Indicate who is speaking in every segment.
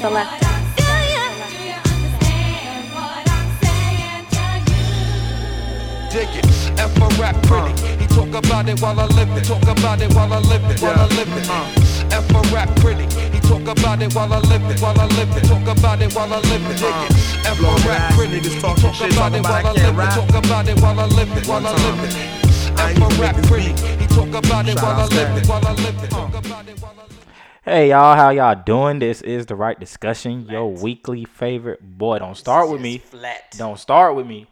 Speaker 1: select.
Speaker 2: dig it. F a rap critic. He talk about it while I live it. Talk about it while I live it. While I live it. Uh. F a rap critic. He talk about it while I live it. While I live it. Talk about it while I live it. Dig it. F a
Speaker 3: Blowing
Speaker 2: rap
Speaker 3: ass
Speaker 2: critic.
Speaker 3: Uh. niggas
Speaker 2: He
Speaker 3: talking
Speaker 2: talk
Speaker 3: shit,
Speaker 2: about
Speaker 3: talking
Speaker 2: it
Speaker 3: about
Speaker 2: while
Speaker 3: I
Speaker 2: I
Speaker 3: can't
Speaker 2: live it.
Speaker 3: rap.
Speaker 2: Talk about it while I live it. While I
Speaker 3: One time.
Speaker 2: live it. F
Speaker 3: I ain't
Speaker 2: a
Speaker 3: even
Speaker 2: rap
Speaker 3: make this
Speaker 2: critic.
Speaker 3: beat.
Speaker 2: He talk about it
Speaker 3: Shout
Speaker 2: while I
Speaker 3: out
Speaker 2: live it.
Speaker 3: Static.
Speaker 2: While I live it. Talk about it while I live it.
Speaker 4: Hey y'all, how y'all doing? This is the right discussion, your weekly favorite. Boy, don't start with me.
Speaker 5: Flat.
Speaker 4: Don't start with me.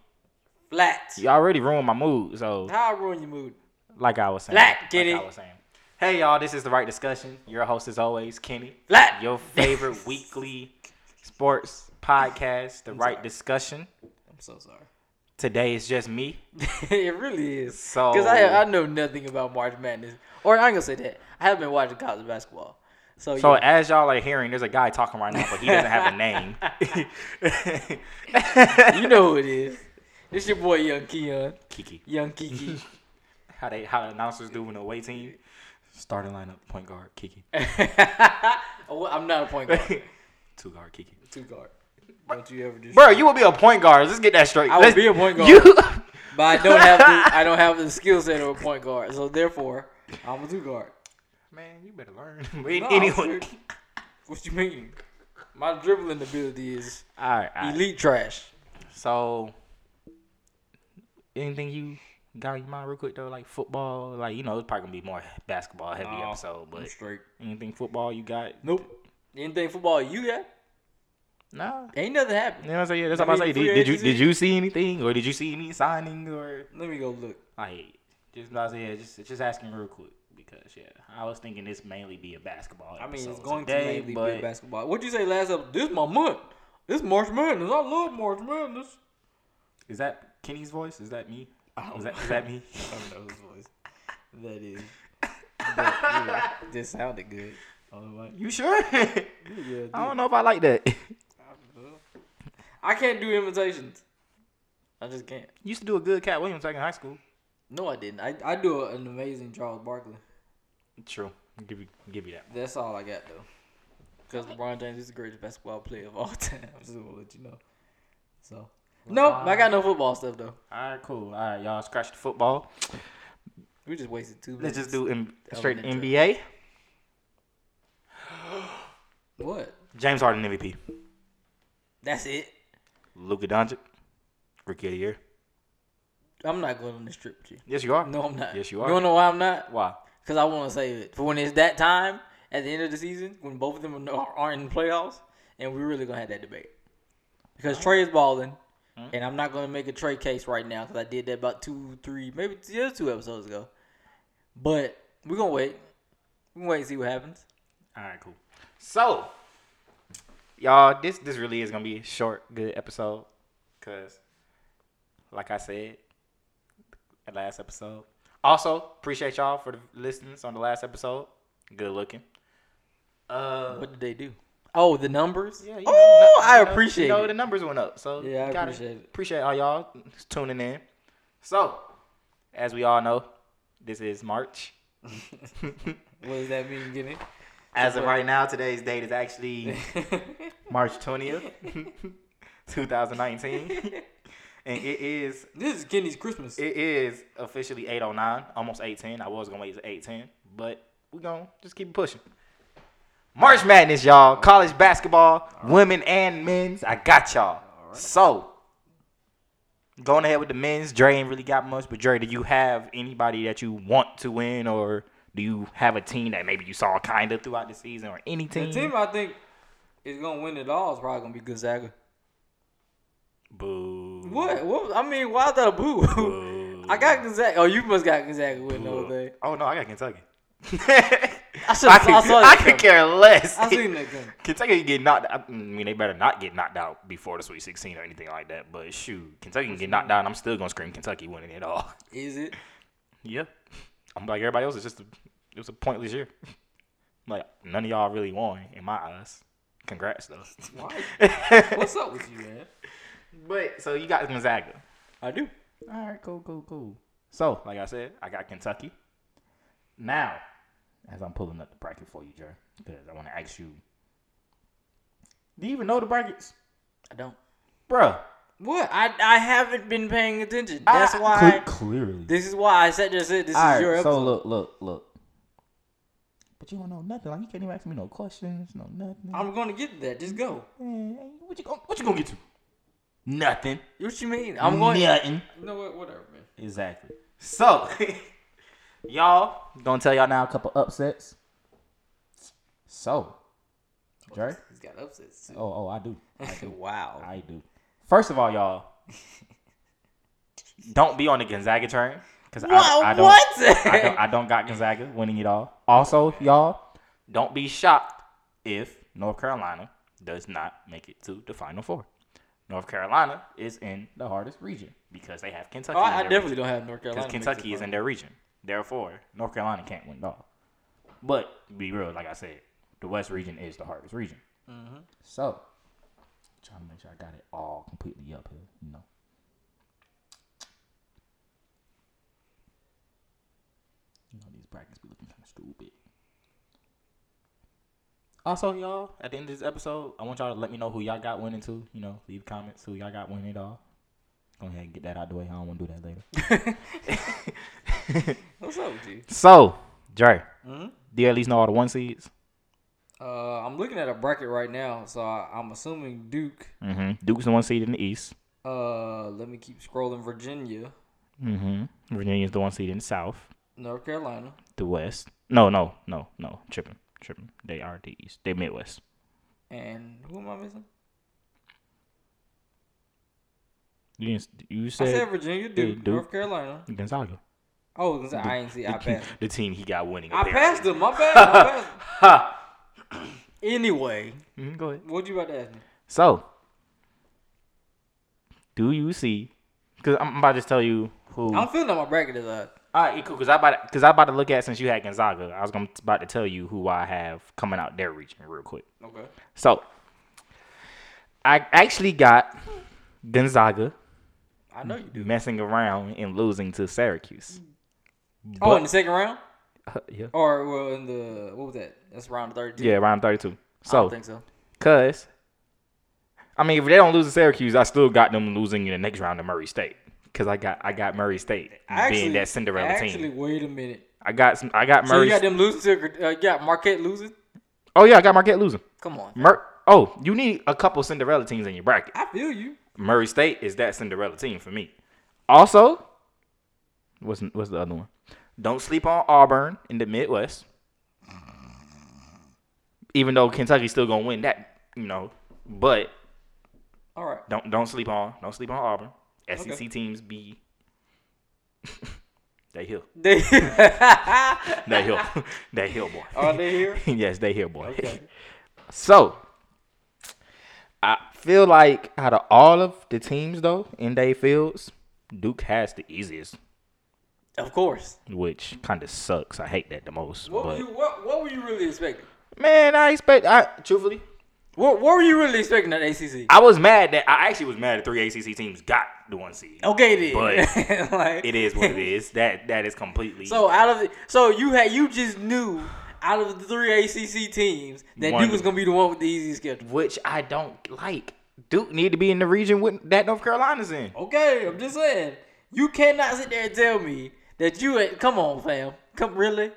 Speaker 5: Flat.
Speaker 4: You already ruined my mood. So,
Speaker 5: How I ruin your mood?
Speaker 4: like I was saying,
Speaker 5: Black, get
Speaker 4: like I
Speaker 5: it.
Speaker 4: was saying. Hey y'all, this is the right discussion. Your host is always Kenny.
Speaker 5: Black.
Speaker 4: Your favorite weekly sports podcast, the right discussion.
Speaker 5: I'm so sorry.
Speaker 4: Today is just me.
Speaker 5: it really is.
Speaker 4: So-
Speaker 5: because I I know nothing about March Madness, or I ain't gonna say that. I haven't been watching college basketball. So,
Speaker 4: So
Speaker 5: yeah.
Speaker 4: as y'all are hearing, there's a guy talking right now, but he doesn't have a name.
Speaker 5: you know who it is. It's your boy Young Keon,
Speaker 4: Kiki.
Speaker 5: Young Kiki.
Speaker 4: How they how announcers do when the away team starting lineup point guard Kiki,
Speaker 5: Oh, I'm not a point guard,
Speaker 4: two guard Kiki.
Speaker 5: two guard. Don't you ever do,
Speaker 4: Bro, you will be a point guard. Let's get that straight.
Speaker 5: I will
Speaker 4: Let's-
Speaker 5: be a point guard.
Speaker 4: You,
Speaker 5: but I don't have the I don't have the skill set of a point guard. So therefore, I'm a two guard.
Speaker 4: man, you better learn. But
Speaker 5: No, I'm
Speaker 4: anyway,
Speaker 5: serious. what you mean? My dribbling ability is
Speaker 4: all right, all right.
Speaker 5: elite trash.
Speaker 4: So, anything you got in your mind real quick though, like football, like you know, it's probably gonna be more basketball heavy
Speaker 5: No,
Speaker 4: episode,
Speaker 5: I'm
Speaker 4: but
Speaker 5: straight.
Speaker 4: anything football you got?
Speaker 5: Nope. Anything football you got?
Speaker 4: Nah.
Speaker 5: Ain't nothing happened.
Speaker 4: You know what I'm saying? That's what I'm about to say. Did,
Speaker 5: Free
Speaker 4: did you
Speaker 5: agency?
Speaker 4: did you see anything, or did you see any signings, or
Speaker 5: Let me go look.
Speaker 4: like just about to say, yeah, just just asking real quick because yeah, I was thinking this mainly be a basketball.
Speaker 5: I mean, it's
Speaker 4: episode
Speaker 5: going
Speaker 4: today,
Speaker 5: to mainly
Speaker 4: but
Speaker 5: be basketball. What'd you say last episode? This my month. This March Madness. I love March Madness.
Speaker 4: is that Kenny's voice? Is that me? Is that, is that me?
Speaker 5: I don't know his voice. That is. But, yeah, this sounded good. I don't know why.
Speaker 4: You sure? I
Speaker 5: Yeah,
Speaker 4: don't know if I like that.
Speaker 5: I can't do invitations. I just can't.
Speaker 4: You used to do a good Cat Williams back in high school.
Speaker 5: No, I didn't. I, I do an amazing Charles Barkley.
Speaker 4: True. Give you give you that.
Speaker 5: That's all I got though. Because LeBron James is the greatest basketball player of all time. I'm just gonna let you know. So nope, I got no football stuff though.
Speaker 4: All right, cool. All right, y'all scratch the football.
Speaker 5: We just wasted two minutes.
Speaker 4: Let's just do M- straight
Speaker 5: into it.
Speaker 4: NBA.
Speaker 5: what?
Speaker 4: James Harden MVP.
Speaker 5: That's it.
Speaker 4: Luka Doncic, rookie of the year.
Speaker 5: I'm not going on the strip with you.
Speaker 4: Yes, you are.
Speaker 5: No, I'm not.
Speaker 4: Yes, you are.
Speaker 5: You wanna know why I'm not?
Speaker 4: Why?
Speaker 5: Because I want to save it for when it's that time at the end of the season when both of them are no- aren't in the playoffs, and we're really gonna have that debate. Because Trey is balling,
Speaker 4: Hmm?
Speaker 5: and I'm not gonna make a Trey case right now because I did that about two, three, maybe yeah, two episodes ago. But we're gonna wait. We can wait and see what happens.
Speaker 4: All right, cool. So, y'all, this this really is gonna be a short, good episode, cause, like I said, the last episode. Also, appreciate y'all for the listeners on the last episode. Good looking. Uh,
Speaker 5: What did they do? Oh, the numbers.
Speaker 4: yeah, you
Speaker 5: oh,
Speaker 4: nu-
Speaker 5: I
Speaker 4: you know-
Speaker 5: appreciate
Speaker 4: You know, the
Speaker 5: it.
Speaker 4: numbers went up, so
Speaker 5: Yeah, I
Speaker 4: you gotta
Speaker 5: appreciate it.
Speaker 4: Appreciate all y'all tuning in. So, as we all know, this is March.
Speaker 5: What does that mean, Kenny?
Speaker 4: As of right now, today's date is actually March 20th, 2019. and it is
Speaker 5: This is Kenny's Christmas.
Speaker 4: it is officially 809, almost 810. I was gonna wait to 810, but we're gonna just keep pushing. March Madness, y'all. College basketball, women and men's. I got y'all. So going ahead with the men's, Dre ain't really got much, but Dre, do you have anybody that you want to win or do you have a team that maybe you saw kind of throughout the season or any
Speaker 5: the
Speaker 4: team?
Speaker 5: team I think is gonna win it all is probably gonna be Gonzaga.
Speaker 4: Boo.
Speaker 5: What? What? I mean, why is that a boo? I got Gonzaga. Oh, you must got Gonzaga with no thing.
Speaker 4: Oh no, I got Kentucky.
Speaker 5: I should.
Speaker 4: I
Speaker 5: I,
Speaker 4: could,
Speaker 5: I saw
Speaker 4: I
Speaker 5: that.
Speaker 4: could
Speaker 5: coming.
Speaker 4: care less.
Speaker 5: I seen that coming.
Speaker 4: Kentucky can get knocked. I mean, they better not get knocked out before the Sweet 16 or anything like that. But shoot, Kentucky can get knocked out. and I'm still gonna scream Kentucky winning it all.
Speaker 5: Is it?
Speaker 4: Yep. I'm like everybody else. It's just a, it was a pointless year. Like none of y'all really won in my eyes. Congrats though.
Speaker 5: Why? What's up with you, man?
Speaker 4: But so you got Gonzaga.
Speaker 5: I do.
Speaker 4: All right, cool, cool, cool. So, like I said, I got Kentucky. Now, as I'm pulling up the bracket for you, Jer, because I want to ask you Do you even know the brackets,
Speaker 5: I don't.
Speaker 4: Bruh.
Speaker 5: What? I I haven't been paying attention. That's
Speaker 4: I-
Speaker 5: why.
Speaker 4: Cle- clearly.
Speaker 5: this is why I said just said this
Speaker 4: Ah, All
Speaker 5: is
Speaker 4: right,
Speaker 5: your episode.
Speaker 4: so look, look, look. But you don't know nothing. Like you can't even ask me no questions, no nothing.
Speaker 5: I'm gonna get to that. Just go.
Speaker 4: Man, what you gonna what you gonna get to? Nothing.
Speaker 5: What you mean? I'm going.
Speaker 4: nothing.
Speaker 5: You know what? Whatever, man.
Speaker 4: Exactly. So, y'all gonna tell y'all now a couple upsets. So, Dre.
Speaker 5: He's got upsets too.
Speaker 4: Oh, oh, I do.
Speaker 5: wow.
Speaker 4: I do. First of all, y'all, don't be on the Gonzaga train because
Speaker 5: Wha-
Speaker 4: I, I don't.
Speaker 5: what?
Speaker 4: I don't, I don't got Gonzaga winning it all. Also, y'all, don't be shocked if North Carolina does not make it to the Final Four. North Carolina is in the hardest region because they have Kentucky.
Speaker 5: Oh,
Speaker 4: in
Speaker 5: I, I
Speaker 4: their
Speaker 5: definitely don't have North Carolina.
Speaker 4: because Kentucky is in their region. Therefore, North Carolina can't win it all. But to be real, like I said, the West region is the hardest region. So, trying to make sure I got it all completely up here. You know. You know these brackets be looking kind of stupid. Also, y'all, at the end of this episode, I want y'all to let me know who y'all got winning to. You know, leave comments who y'all got winning it all. Go ahead and get that out of the way. I don't want to do that later.
Speaker 5: What's up with you?
Speaker 4: So, Dre,
Speaker 5: Hmm?
Speaker 4: do you at least know all the one seeds?
Speaker 5: Uh, I'm looking at a bracket right now, so I, I'm assuming Duke.
Speaker 4: Mm-hmm. Duke's the one seed in the East.
Speaker 5: Uh, let me keep scrolling. Virginia,
Speaker 4: Mm-hmm. Virginia's the one seed in the South.
Speaker 5: North Carolina.
Speaker 4: The West. No, no, no, no. Tripping, tripping. They are the East. They Midwest.
Speaker 5: And who am I missing?
Speaker 4: You didn't, you
Speaker 5: I
Speaker 4: said,
Speaker 5: said Virginia, Duke,
Speaker 4: Duke.
Speaker 5: North Carolina.
Speaker 4: Gonzaga.
Speaker 5: Oh, I was gonna say- I ain't see. I passed.
Speaker 4: The team he got winning.
Speaker 5: I passed them. My bad. I passed. them.
Speaker 4: Ha.
Speaker 5: Anyway,
Speaker 4: Mhm, go ahead.
Speaker 5: what you about to ask me?
Speaker 4: So, do you see? Because I'm about to just tell you who.
Speaker 5: I'm feeling my bracket is uh
Speaker 4: All right, cool. Cause I about cause I about to look at since you had Gonzaga, I was gonna about to tell you who I have coming out their region real quick.
Speaker 5: Okay.
Speaker 4: So I actually got Gonzaga
Speaker 5: I know you do.
Speaker 4: messing around and losing to Syracuse.
Speaker 5: Oh, in
Speaker 4: But,
Speaker 5: the second round,
Speaker 4: yeah.
Speaker 5: or well, in the what was that? That's round thirty-two.
Speaker 4: yeah, round thirty-two.
Speaker 5: I don't
Speaker 4: So,
Speaker 5: think so.
Speaker 4: cause I mean, if they don't lose to Syracuse, I still got them losing in the next round to Murray State. Cause I got I got Murray State being that Cinderella
Speaker 5: actually,
Speaker 4: team.
Speaker 5: wait a minute.
Speaker 4: I got some. I got
Speaker 5: So
Speaker 4: Murray.
Speaker 5: you got them losing to uh, you got Marquette losing.
Speaker 4: oh yeah, I got Marquette losing.
Speaker 5: Come on,
Speaker 4: Mur- oh, you need a couple Cinderella teams in your bracket.
Speaker 5: I feel you.
Speaker 4: Murray State is that Cinderella team for me. Also, what's what's the other one? Don't sleep on Auburn in the Midwest. Even though Kentucky's still gonna win that, you know, but
Speaker 5: All right.
Speaker 4: don't don't sleep on don't sleep on Auburn. SEC
Speaker 5: Okay.
Speaker 4: teams be they hill
Speaker 5: They
Speaker 4: they hill they hill boy.
Speaker 5: are they here?
Speaker 4: yes, they here, boy.
Speaker 5: Okay.
Speaker 4: so I feel like out of all of the teams though in their fields, Duke has the easiest,
Speaker 5: Of course.
Speaker 4: which kind of sucks. I hate that the most.
Speaker 5: What were
Speaker 4: but
Speaker 5: you what, what were you really expecting?
Speaker 4: man, I expect. I truthfully,
Speaker 5: What what were you really expecting at ACC?
Speaker 4: I was mad that I actually was mad that three ACC teams got the one seed.
Speaker 5: Okay then.
Speaker 4: But
Speaker 5: like,
Speaker 4: It is what it is. That that is completely.
Speaker 5: So out of the, so you had you just knew out of the three ACC teams that
Speaker 4: One.
Speaker 5: Duke was gonna be the one with the easiest schedule.
Speaker 4: which I don't like. Duke need to be in the region with that North Carolina's in.
Speaker 5: Okay, I'm just saying you cannot sit there and tell me that you ain't. Come on, fam. Come really.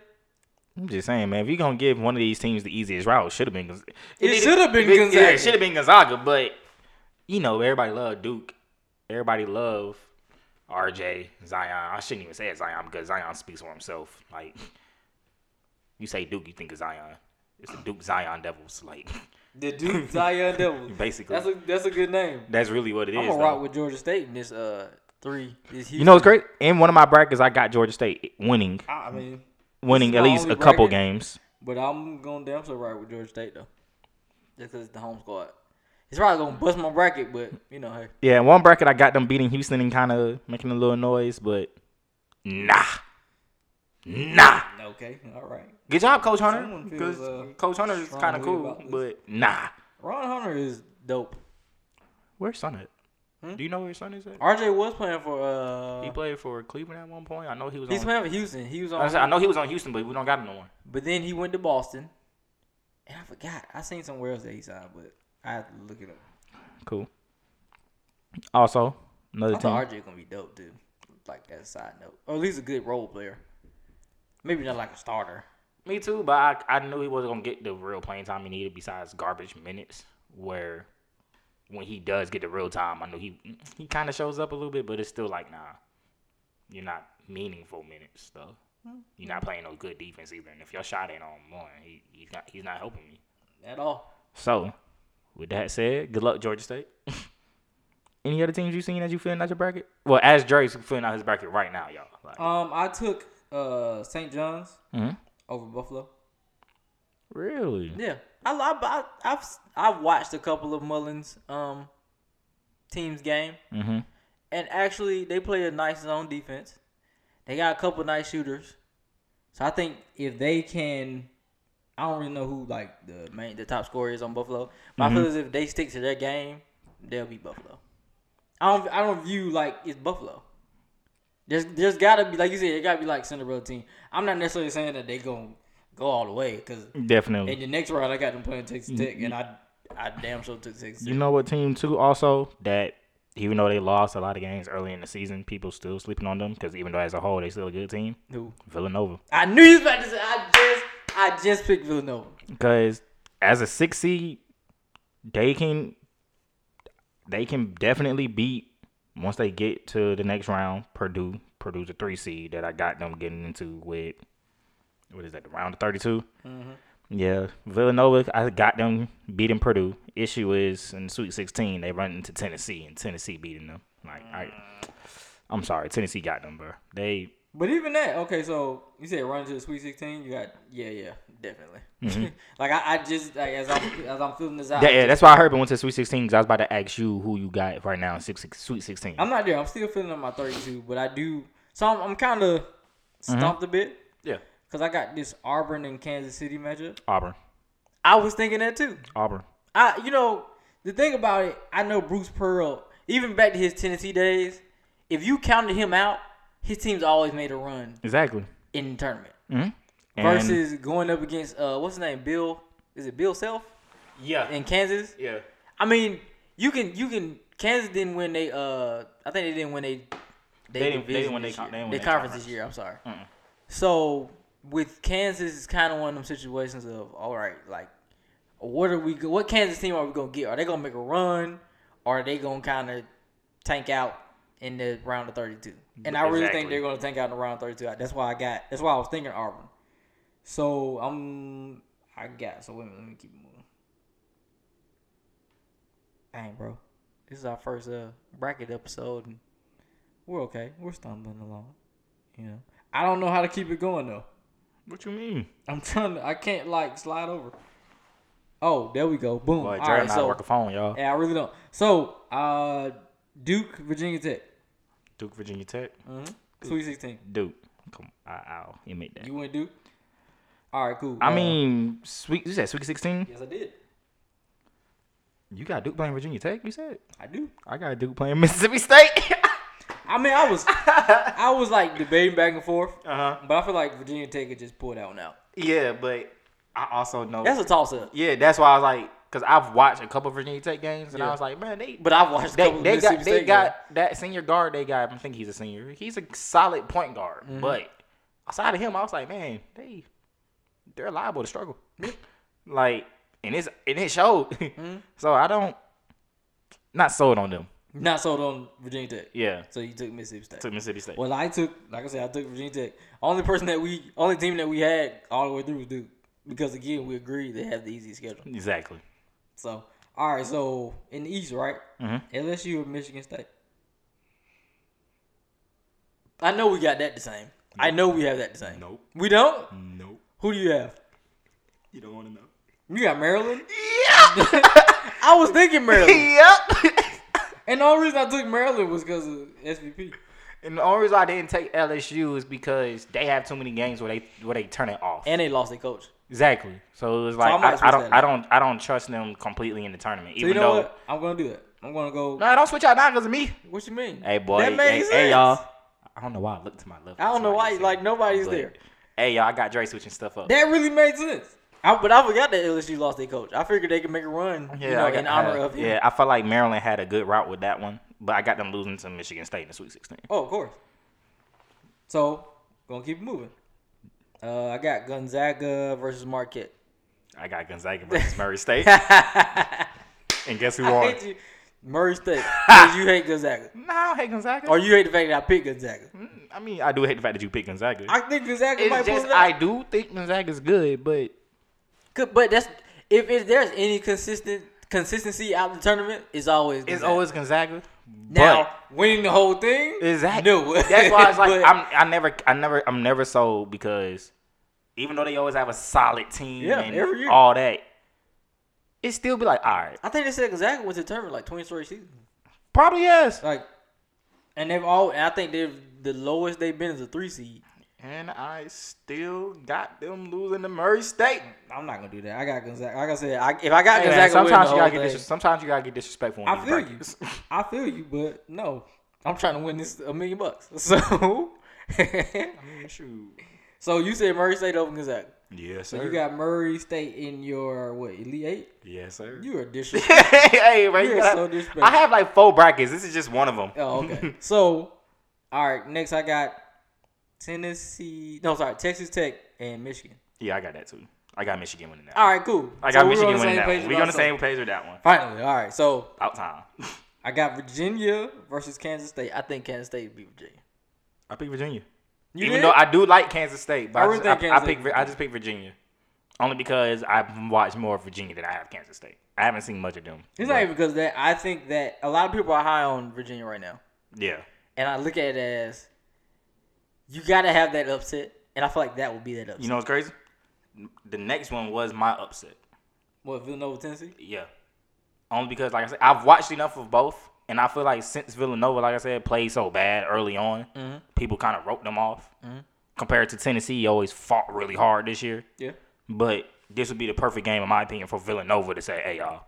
Speaker 4: I'm just saying, man. If you're gonna give one of these teams the easiest route, it should have been. Gonz-
Speaker 5: It should've been
Speaker 4: yeah,
Speaker 5: Gonzaga.
Speaker 4: it should have been Gonzaga, but you know, everybody loved Duke. Everybody loved RJ Zion. I shouldn't even say it's Zion because Zion speaks for himself. Like you say Duke, you think of Zion. It's the Duke Zion Devils. Like
Speaker 5: The Duke Zion Devils.
Speaker 4: Basically.
Speaker 5: that's a that's a good name.
Speaker 4: that's really what it
Speaker 5: I'm
Speaker 4: is,
Speaker 5: gonna
Speaker 4: though.
Speaker 5: rock with Georgia State in this uh three. This
Speaker 4: you know what's great? In one of my brackets, I got Georgia State winning,
Speaker 5: I I mean,
Speaker 4: winning
Speaker 5: This is
Speaker 4: at
Speaker 5: my
Speaker 4: least
Speaker 5: only
Speaker 4: a couple
Speaker 5: bracket.
Speaker 4: games.
Speaker 5: but I'm gonna damn sure ride with Georgia State though, just because it's the home squad. It's probably gonna bust my bracket, but you know, hey,
Speaker 4: Yeah, in one bracket I got them beating Houston and kind of making a little noise, but nah, nah.
Speaker 5: okay, all right.
Speaker 4: Good job, Coach Hunter.
Speaker 5: Someone feels,
Speaker 4: Because
Speaker 5: uh,
Speaker 4: Coach Hunter is kind
Speaker 5: strongly
Speaker 4: of cool,
Speaker 5: about this.
Speaker 4: but nah.
Speaker 5: Ron Hunter is dope.
Speaker 4: Where's Son at? Do you know where Son is at?
Speaker 5: RJ was playing for
Speaker 4: He
Speaker 5: Hmm? uh,
Speaker 4: played for Cleveland at one point. I know he was
Speaker 5: he's
Speaker 4: on.
Speaker 5: playing for Houston. He was
Speaker 4: I
Speaker 5: on,
Speaker 4: said- I know he was on Houston, but we don't got him no more.
Speaker 5: but then he went to Boston, and I forgot. I seen somewhere else that he signed, but I have to look it up.
Speaker 4: Cool. Also, another
Speaker 5: I thought
Speaker 4: team.
Speaker 5: RJ gonna be dope too. Like as a side note, or at least a good role player. Maybe not like a starter.
Speaker 4: Me too, but I, I knew he wasn't gonna get the real playing time he needed besides garbage minutes. Where when he does get the real time, I know he he kind of shows up a little bit, but it's still like nah, you're not meaningful minutes though. You're not playing no good defense either, and if your shot ain't on one, he he's not he's not helping me.
Speaker 5: At all.
Speaker 4: So, with that said, good luck Georgia State. Any other teams you seen that you filling out your bracket? Well, as Dre's filling out his bracket right now, y'all. Like,
Speaker 5: Um, I took uh St. John's
Speaker 4: Mhm.
Speaker 5: over Buffalo.
Speaker 4: really?
Speaker 5: Yeah, I, I, I I've I've watched a couple of Mullins um teams game,
Speaker 4: Mm-hmm.
Speaker 5: and actually they play a nice zone defense. They got a couple nice shooters, so I think if they can, I don't really know who like the main the top scorer is on Buffalo, but I feel as if they stick to their game, they'll be Buffalo. I don't I don't view like it's Buffalo. There's there's gotta be like you said, it gotta be like Cinderella team. I'm not necessarily saying that they gonna go all the way because.
Speaker 4: Definitely.
Speaker 5: And the next round, I got them playing Texas Tech, and I,
Speaker 4: Mm-hmm.
Speaker 5: I damn sure took Texas Tech.
Speaker 4: You know what team too? Also, that even though they lost a lot of games early in the season, people still sleeping on them because even though as a whole they still a good team.
Speaker 5: Who?
Speaker 4: Villanova,
Speaker 5: I knew you was about to say. I just, I just picked Villanova.
Speaker 4: because as a six seed, they can they can definitely beat once they get to the next round. Purdue, Purdue's a three seed that I got them getting into with what is that the round of thirty Yeah, Villanova. I got them beating Purdue. Issue is in Sweet 16 they run into Tennessee and Tennessee beating them. Like I, I'm sorry, Tennessee got them, bro. They
Speaker 5: But even that, okay. So you said run to the Sweet Sixteen. You got, yeah, yeah, definitely. like I, I just, like, as I'm, as I'm feeling this out.
Speaker 4: Mm-hmm. yeah, yeah that's why I heard. But went to Sweet 16 because I was about to ask you who you got right now in six, six- Sweet 16.
Speaker 5: I'm not there. I'm still feeling on my 32, but I do. So I'm, I'm kind of
Speaker 4: Mm-hmm.
Speaker 5: stumped a bit
Speaker 4: yeah,
Speaker 5: because I got this Auburn and Kansas City matchup.
Speaker 4: Auburn,
Speaker 5: I was thinking that too.
Speaker 4: Auburn.
Speaker 5: I you know the thing about it, I know Bruce Pearl. Even back to his Tennessee days, if you counted him out, his team's always made a run
Speaker 4: Exactly.
Speaker 5: in the tournament.
Speaker 4: Mm-hmm.
Speaker 5: Versus going up against uh, what's his name, Bill? Is it Bill Self
Speaker 4: yeah,
Speaker 5: in Kansas?
Speaker 4: yeah.
Speaker 5: I mean, you can you can Kansas didn't win they uh I think they didn't win they they,
Speaker 4: didn't- they
Speaker 5: division
Speaker 4: didn't win
Speaker 5: this
Speaker 4: they con-
Speaker 5: year.
Speaker 4: they didn't
Speaker 5: They
Speaker 4: win they
Speaker 5: conference
Speaker 4: conference.
Speaker 5: this year. I'm sorry. So with Kansas, it's kind of one of them situations of all right, like what are we? go- What Kansas team are we gonna get? Are they gonna make a run? Or are they gonna kind of tank out in the round of 32? And I really think
Speaker 4: Exactly.
Speaker 5: they're gonna tank out in the round of 32. That's why I got. That's why I was thinking Auburn. So I'm. I got. So wait a minute. Let me keep it moving. Dang, bro. This is our first uh, bracket episode, and we're okay. We're stumbling along. You know, I don't know how to keep it going though.
Speaker 4: What you mean?
Speaker 5: I'm trying to. I can't like slide over. Oh, there we go. Boom.
Speaker 4: Well,
Speaker 5: All
Speaker 4: Jared
Speaker 5: right,
Speaker 4: and I work
Speaker 5: so
Speaker 4: a phone, y'all.
Speaker 5: yeah, I really don't. So, uh, Duke, Virginia Tech,
Speaker 4: Duke, Virginia Tech,
Speaker 5: Mm-hmm. Sweet Sixteen.
Speaker 4: Duke. Come, on, I, I'll admit that.
Speaker 5: You went Duke. All right, cool.
Speaker 4: I
Speaker 5: Uh,
Speaker 4: mean, sweet. You said Sweet 16.
Speaker 5: yes, I did.
Speaker 4: You got Duke playing Virginia Tech. You said.
Speaker 5: I do.
Speaker 4: I got Duke playing Mississippi State.
Speaker 5: I mean, I was, I was like debating back and forth,
Speaker 4: uh-huh.
Speaker 5: but I feel like Virginia Tech could just pull that one out.
Speaker 4: Yeah, but I also know.
Speaker 5: That's a toss up.
Speaker 4: yeah, that's why I was like, because I've watched a couple Virginia Tech games, and I
Speaker 5: Yeah.
Speaker 4: was like, man, they
Speaker 5: But I've watched a
Speaker 4: they,
Speaker 5: couple of
Speaker 4: they
Speaker 5: Mississippi
Speaker 4: got
Speaker 5: State
Speaker 4: they
Speaker 5: games.
Speaker 4: got that senior guard they got. I think he's a senior. He's a solid point guard,
Speaker 5: Mm-hmm.
Speaker 4: but outside of him, I was like, man, they they're liable to struggle. like, and it's and it showed.
Speaker 5: Mm-hmm.
Speaker 4: so I don't not sold on them.
Speaker 5: not sold on Virginia Tech.
Speaker 4: Yeah,
Speaker 5: So you took Mississippi State.
Speaker 4: to Mississippi State.
Speaker 5: Well, I took, like I said, I took Virginia Tech. Only person that we, only team that we had all the way through was Duke, because again, we agreed they have the easy schedule.
Speaker 4: Exactly.
Speaker 5: So, all right, so in the East, right?
Speaker 4: Mhm.
Speaker 5: LSU or Michigan State? I know we got that the same. I know we have that the same.
Speaker 4: Nope.
Speaker 5: We don't.
Speaker 4: Nope.
Speaker 5: Who do you have?
Speaker 4: You don't want to know.
Speaker 5: You got Maryland. I was thinking Maryland,
Speaker 4: Yep.
Speaker 5: and the only reason I took Maryland was because of SVP.
Speaker 4: and the only reason I didn't take LSU is because they have too many games where they where they turn it off.
Speaker 5: And they lost their coach.
Speaker 4: Exactly. So it was
Speaker 5: I
Speaker 4: like I,
Speaker 5: might
Speaker 4: I
Speaker 5: switch
Speaker 4: don't
Speaker 5: that
Speaker 4: I don't I don't trust them completely in the tournament.
Speaker 5: So
Speaker 4: Even
Speaker 5: you know
Speaker 4: though
Speaker 5: what? I'm gonna do that. I'm gonna go.
Speaker 4: No, don't switch out now because of me.
Speaker 5: What you mean?
Speaker 4: Hey boy.
Speaker 5: That
Speaker 4: hey,
Speaker 5: makes
Speaker 4: hey, y'all.
Speaker 5: sense.
Speaker 4: I don't know why I looked to my left.
Speaker 5: I don't know
Speaker 4: Somebody's
Speaker 5: why,
Speaker 4: there.
Speaker 5: like, nobody's there.
Speaker 4: Hey y'all, I got Dre switching stuff up.
Speaker 5: That really made sense. I, but I forgot that LSU lost their coach. I figured they could make a run, you know,
Speaker 4: I got-
Speaker 5: in honor
Speaker 4: I-
Speaker 5: of him.
Speaker 4: Yeah, I felt like Maryland had a good route with that one, but I got them losing to Michigan State in the Sweet 16.
Speaker 5: Oh, of course. So, gonna keep it moving. Uh, I got Gonzaga versus Marquette.
Speaker 4: I got Gonzaga versus Murray State,
Speaker 5: I
Speaker 4: and guess who won?
Speaker 5: hate you. Murray State. 'cause you hate Gonzaga.
Speaker 4: No, I don't hate Gonzaga.
Speaker 5: Or you hate the fact that I picked Gonzaga.
Speaker 4: Mm, I mean, I do hate the fact that you picked Gonzaga.
Speaker 5: I think Gonzaga might
Speaker 4: it's
Speaker 5: pull
Speaker 4: just
Speaker 5: it out.
Speaker 4: I do think Gonzaga's good, but
Speaker 5: Could- But that's if, if there's any consistent consistency out in the tournament, it's always
Speaker 4: it's
Speaker 5: Gonzaga.
Speaker 4: always Gonzaga.
Speaker 5: now winning the whole thing.
Speaker 4: but exactly.
Speaker 5: No,
Speaker 4: That's why I was like,
Speaker 5: But-
Speaker 4: I'm, I never, I never, I'm never sold because even though they always have a solid team
Speaker 5: Yeah,
Speaker 4: and
Speaker 5: every year.
Speaker 4: all that, it still be like, all right,
Speaker 5: I think they said Gonzaga was determined like 20 story season.
Speaker 4: probably yes.
Speaker 5: Like, and they've all, and I think they've the lowest they've been is a three seed.
Speaker 4: And I still got them losing to Murray State.
Speaker 5: I'm not gonna do that. I got Gonzaga. Like I said, I, if I got
Speaker 4: Hey, man,
Speaker 5: Gonzaga, winning
Speaker 4: sometimes
Speaker 5: the
Speaker 4: you
Speaker 5: whole
Speaker 4: gotta get
Speaker 5: thing,
Speaker 4: dis- sometimes you gotta get disrespectful. when
Speaker 5: I
Speaker 4: you
Speaker 5: feel
Speaker 4: break it.
Speaker 5: you. I feel you, but no, I'm trying to win this a million bucks. So,
Speaker 4: Shoot.
Speaker 5: so you said Murray State over Gonzaga.
Speaker 4: Yes,
Speaker 5: So
Speaker 4: sir.
Speaker 5: you got Murray State in your what elite eight?
Speaker 4: yes, sir.
Speaker 5: You are disrespectful.
Speaker 4: hey, man,
Speaker 5: You
Speaker 4: you
Speaker 5: are
Speaker 4: gotta-
Speaker 5: so disrespectful.
Speaker 4: I have like four brackets. This is just one of them.
Speaker 5: Oh, okay. so, all right. Next, I got Tennessee. No, sorry, Texas Tech and Michigan.
Speaker 4: yeah, I got that too. I got Michigan winning that.
Speaker 5: All right, cool.
Speaker 4: I got
Speaker 5: So we were
Speaker 4: Michigan
Speaker 5: on the
Speaker 4: winning
Speaker 5: same
Speaker 4: that
Speaker 5: page
Speaker 4: one. We on the
Speaker 5: about something.
Speaker 4: same page with that one.
Speaker 5: Finally, all right. So
Speaker 4: About time.
Speaker 5: I got Virginia versus Kansas State. I think Kansas State beat Virginia.
Speaker 4: I picked Virginia.
Speaker 5: You
Speaker 4: Even
Speaker 5: did?
Speaker 4: though I do like Kansas State, but
Speaker 5: I
Speaker 4: I,
Speaker 5: really
Speaker 4: just,
Speaker 5: think
Speaker 4: I,
Speaker 5: Kansas
Speaker 4: I,
Speaker 5: State-
Speaker 4: picked, Vir- I just picked Virginia. Only because I've watched more of Virginia than I have Kansas State. I haven't seen much of them.
Speaker 5: it's
Speaker 4: But,
Speaker 5: not even because of that. I think that a lot of people are high on Virginia right now,
Speaker 4: yeah.
Speaker 5: and I look at it as you got to have that upset, and I feel like that will be that upset.
Speaker 4: You know what's crazy? The next one was my upset.
Speaker 5: what Villanova, Tennessee?
Speaker 4: Yeah. Only because, like I said, I've watched enough of both, and I feel like since Villanova, like I said, played so bad early on,
Speaker 5: Mm-hmm.
Speaker 4: people kind of wrote them off. Compared to Tennessee, you always fought really hard this year.
Speaker 5: Yeah.
Speaker 4: But this would be the perfect game, in my opinion, for Villanova to say, "Hey, y'all,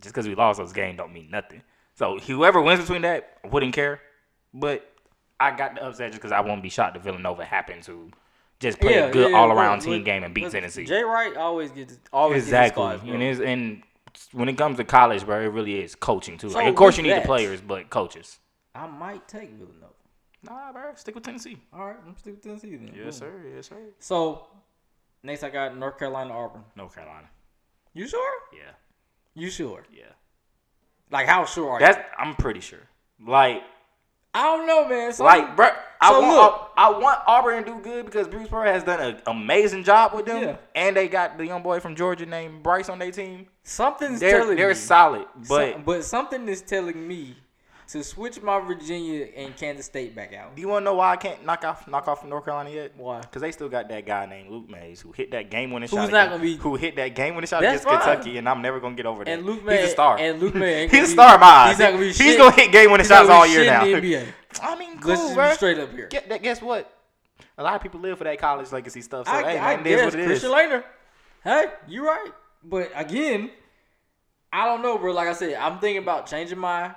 Speaker 4: just because we lost those game don't mean nothing." So whoever wins between that, I wouldn't care. But I got the upset just because I won't be shocked if Villanova happened to just play
Speaker 5: yeah,
Speaker 4: a good
Speaker 5: yeah,
Speaker 4: all-around
Speaker 5: but-
Speaker 4: team
Speaker 5: but-
Speaker 4: game and beat
Speaker 5: but
Speaker 4: Tennessee.
Speaker 5: Jay Wright always gets always
Speaker 4: Exactly.
Speaker 5: Gets his scars, bro.
Speaker 4: and it's, and when it comes to college, bro, it really is coaching too.
Speaker 5: So
Speaker 4: like, of course, you
Speaker 5: with
Speaker 4: need
Speaker 5: that-
Speaker 4: the players, but coaches.
Speaker 5: I might take Villanova.
Speaker 4: Nah, bro, stick with Tennessee.
Speaker 5: All right, I'm sticking with Tennessee then. Boom.
Speaker 4: Yes, sir. Yes, sir.
Speaker 5: So next, I got North Carolina Auburn.
Speaker 4: North Carolina.
Speaker 5: You sure?
Speaker 4: Yeah,
Speaker 5: You sure?
Speaker 4: yeah.
Speaker 5: Like how sure are you?
Speaker 4: That's I'm pretty sure. Like,
Speaker 5: I don't know, man. So
Speaker 4: like, bro. I
Speaker 5: So
Speaker 4: want
Speaker 5: look-
Speaker 4: I, I want Auburn to do good because Bruce Pearl has done an amazing job with them,
Speaker 5: Yeah.
Speaker 4: and they got the young boy from Georgia named Bryce on their team.
Speaker 5: something's
Speaker 4: They're
Speaker 5: telling
Speaker 4: they're
Speaker 5: me.
Speaker 4: solid, but
Speaker 5: Some- but something is telling me to switch my Virginia and Kansas State back out.
Speaker 4: Do you want to know why I can't knock off knock off North Carolina yet?
Speaker 5: Why?
Speaker 4: Because they still got that guy named Luke Mays who hit that game winning
Speaker 5: Who's
Speaker 4: shot.
Speaker 5: not
Speaker 4: against-
Speaker 5: gonna be-
Speaker 4: Who hit that game winning shot
Speaker 5: That's
Speaker 4: against
Speaker 5: fine.
Speaker 4: Kentucky, and I'm never gonna get over that.
Speaker 5: And Luke
Speaker 4: he's
Speaker 5: May
Speaker 4: a star.
Speaker 5: and Luke May ain't
Speaker 4: he's
Speaker 5: gonna
Speaker 4: a
Speaker 5: be-
Speaker 4: star in my eyes.
Speaker 5: he's not gonna be
Speaker 4: he's
Speaker 5: shit.
Speaker 4: gonna hit game winning
Speaker 5: He's not
Speaker 4: shots
Speaker 5: gonna
Speaker 4: all
Speaker 5: be
Speaker 4: year
Speaker 5: shit in
Speaker 4: now.
Speaker 5: the NBA.
Speaker 4: I mean, cool,
Speaker 5: Let's just
Speaker 4: bro.
Speaker 5: be straight up here.
Speaker 4: Get, that, guess what? A lot of people live for that college legacy stuff. So
Speaker 5: I,
Speaker 4: hey,
Speaker 5: I
Speaker 4: man, it is
Speaker 5: guess
Speaker 4: what it is.
Speaker 5: Christian Laettner. Hey, you right. But again, I don't know, bro. Like I said, I'm thinking about changing my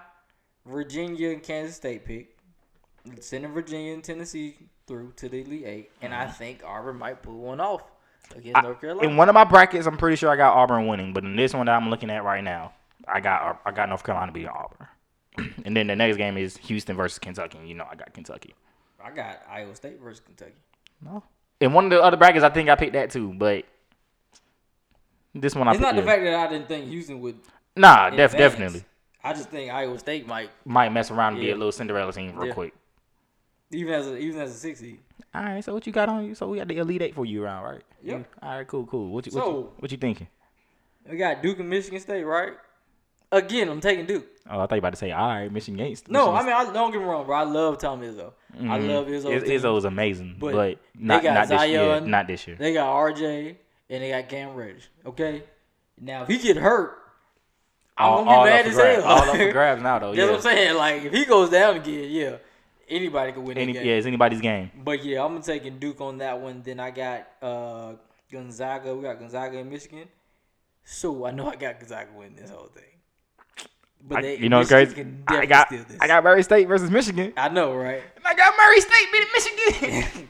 Speaker 5: Virginia and Kansas State pick, sending Virginia and Tennessee through to the Elite Eight, and I think Auburn might pull one off against North
Speaker 4: Mm-hmm. in
Speaker 5: Carolina.
Speaker 4: one of my brackets, I'm pretty sure I got Auburn winning, but in this one that I'm looking at right now, I got I got North Carolina beating Auburn. and then the next game is Houston versus Kentucky, and you know I got Kentucky.
Speaker 5: I got Iowa State versus Kentucky.
Speaker 4: No. In one of the other brackets, I think I picked that too, but this one I
Speaker 5: It's
Speaker 4: picked.
Speaker 5: not the
Speaker 4: yeah.
Speaker 5: fact that I didn't think Houston would.
Speaker 4: nah, def-
Speaker 5: advance.
Speaker 4: definitely
Speaker 5: I just think Iowa State might,
Speaker 4: might mess around and be
Speaker 5: Yeah.
Speaker 4: a little Cinderella team real
Speaker 5: Yeah.
Speaker 4: quick.
Speaker 5: even as a, even as a six seed.
Speaker 4: All right, so what you got on you? So we got the elite eight for you around, right?
Speaker 5: Yep.
Speaker 4: You- All right, cool, cool. What you what,
Speaker 5: So-
Speaker 4: you, what you thinking?
Speaker 5: We got Duke and Michigan State, right? Again, I'm taking Duke.
Speaker 4: Oh, I thought you about to say all right, Michigan Gates. Mm.
Speaker 5: No, I mean, I don't get me wrong, bro. I love Tom Izzo. I
Speaker 4: Mm-hmm.
Speaker 5: love Izzo.
Speaker 4: Izzo Izzo's amazing,
Speaker 5: But
Speaker 4: but,
Speaker 5: they
Speaker 4: not
Speaker 5: got
Speaker 4: not this, year,
Speaker 5: Zion.
Speaker 4: not this year.
Speaker 5: They got RJ and they got Cam Reddish. Okay, now if he get hurt, I'm gonna be
Speaker 4: all
Speaker 5: mad
Speaker 4: up for
Speaker 5: as
Speaker 4: grabs.
Speaker 5: hell.
Speaker 4: All up for grabs now, though.
Speaker 5: that's what I'm
Speaker 4: Oh, Yeah.
Speaker 5: saying. Like if he goes down again, yeah, anybody can win
Speaker 4: Any,
Speaker 5: that
Speaker 4: yeah,
Speaker 5: game.
Speaker 4: it's anybody's game.
Speaker 5: But yeah, I'm taking Duke on that one. Then I got uh Gonzaga. We got Gonzaga in Michigan. So I know I got Gonzaga winning this whole thing. But
Speaker 4: I,
Speaker 5: they,
Speaker 4: you know what's
Speaker 5: Michigan
Speaker 4: crazy?
Speaker 5: can
Speaker 4: I
Speaker 5: definitely
Speaker 4: got
Speaker 5: steal this.
Speaker 4: I got Murray State versus Michigan.
Speaker 5: I know, right?
Speaker 4: And I got Murray State beating Michigan.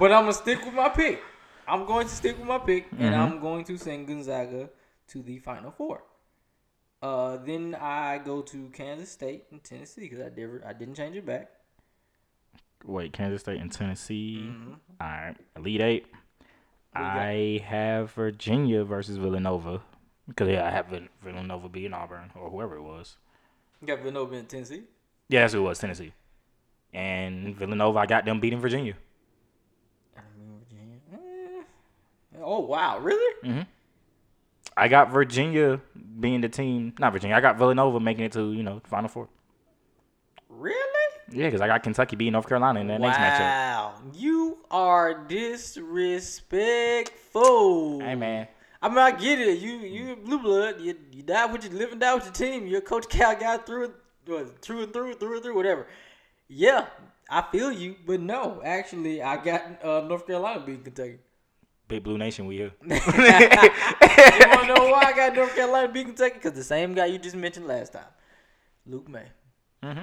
Speaker 5: But I'm gonna stick with my pick. I'm going to stick with my pick, and
Speaker 4: Mm-hmm.
Speaker 5: I'm going to send Gonzaga to the Final Four. Uh, then I go to Kansas State and Tennessee because I never, I didn't change it back.
Speaker 4: Wait, Kansas State and Tennessee.
Speaker 5: Mm-hmm.
Speaker 4: All right, Elite Eight. I have Virginia versus Villanova because yeah, I have Vill- Villanova beating Auburn or whoever it was.
Speaker 5: You got Villanova in Tennessee.
Speaker 4: Yeah, that's who it was, Tennessee. And Villanova, I got them beating Virginia.
Speaker 5: I mean, Virginia. eh. Oh wow, really?
Speaker 4: I got Virginia being the team, not Virginia. I got Villanova making it to you know Final Four.
Speaker 5: Really?
Speaker 4: Yeah, because I got Kentucky beating North Carolina in that next matchup.
Speaker 5: Wow, you are disrespectful.
Speaker 4: Hey man,
Speaker 5: I mean, I get it. You you a blue blood. You you die with your live and die with your team. You're a Coach Cal guy through and what, through and through, through and through, whatever. Yeah, I feel you, but no, actually, I got uh, North Carolina beating Kentucky.
Speaker 4: Big Blue Nation, we here.
Speaker 5: You wanna know why I got North Carolina beating Kentucky? Because the same guy you just mentioned last time, Luke May.
Speaker 4: and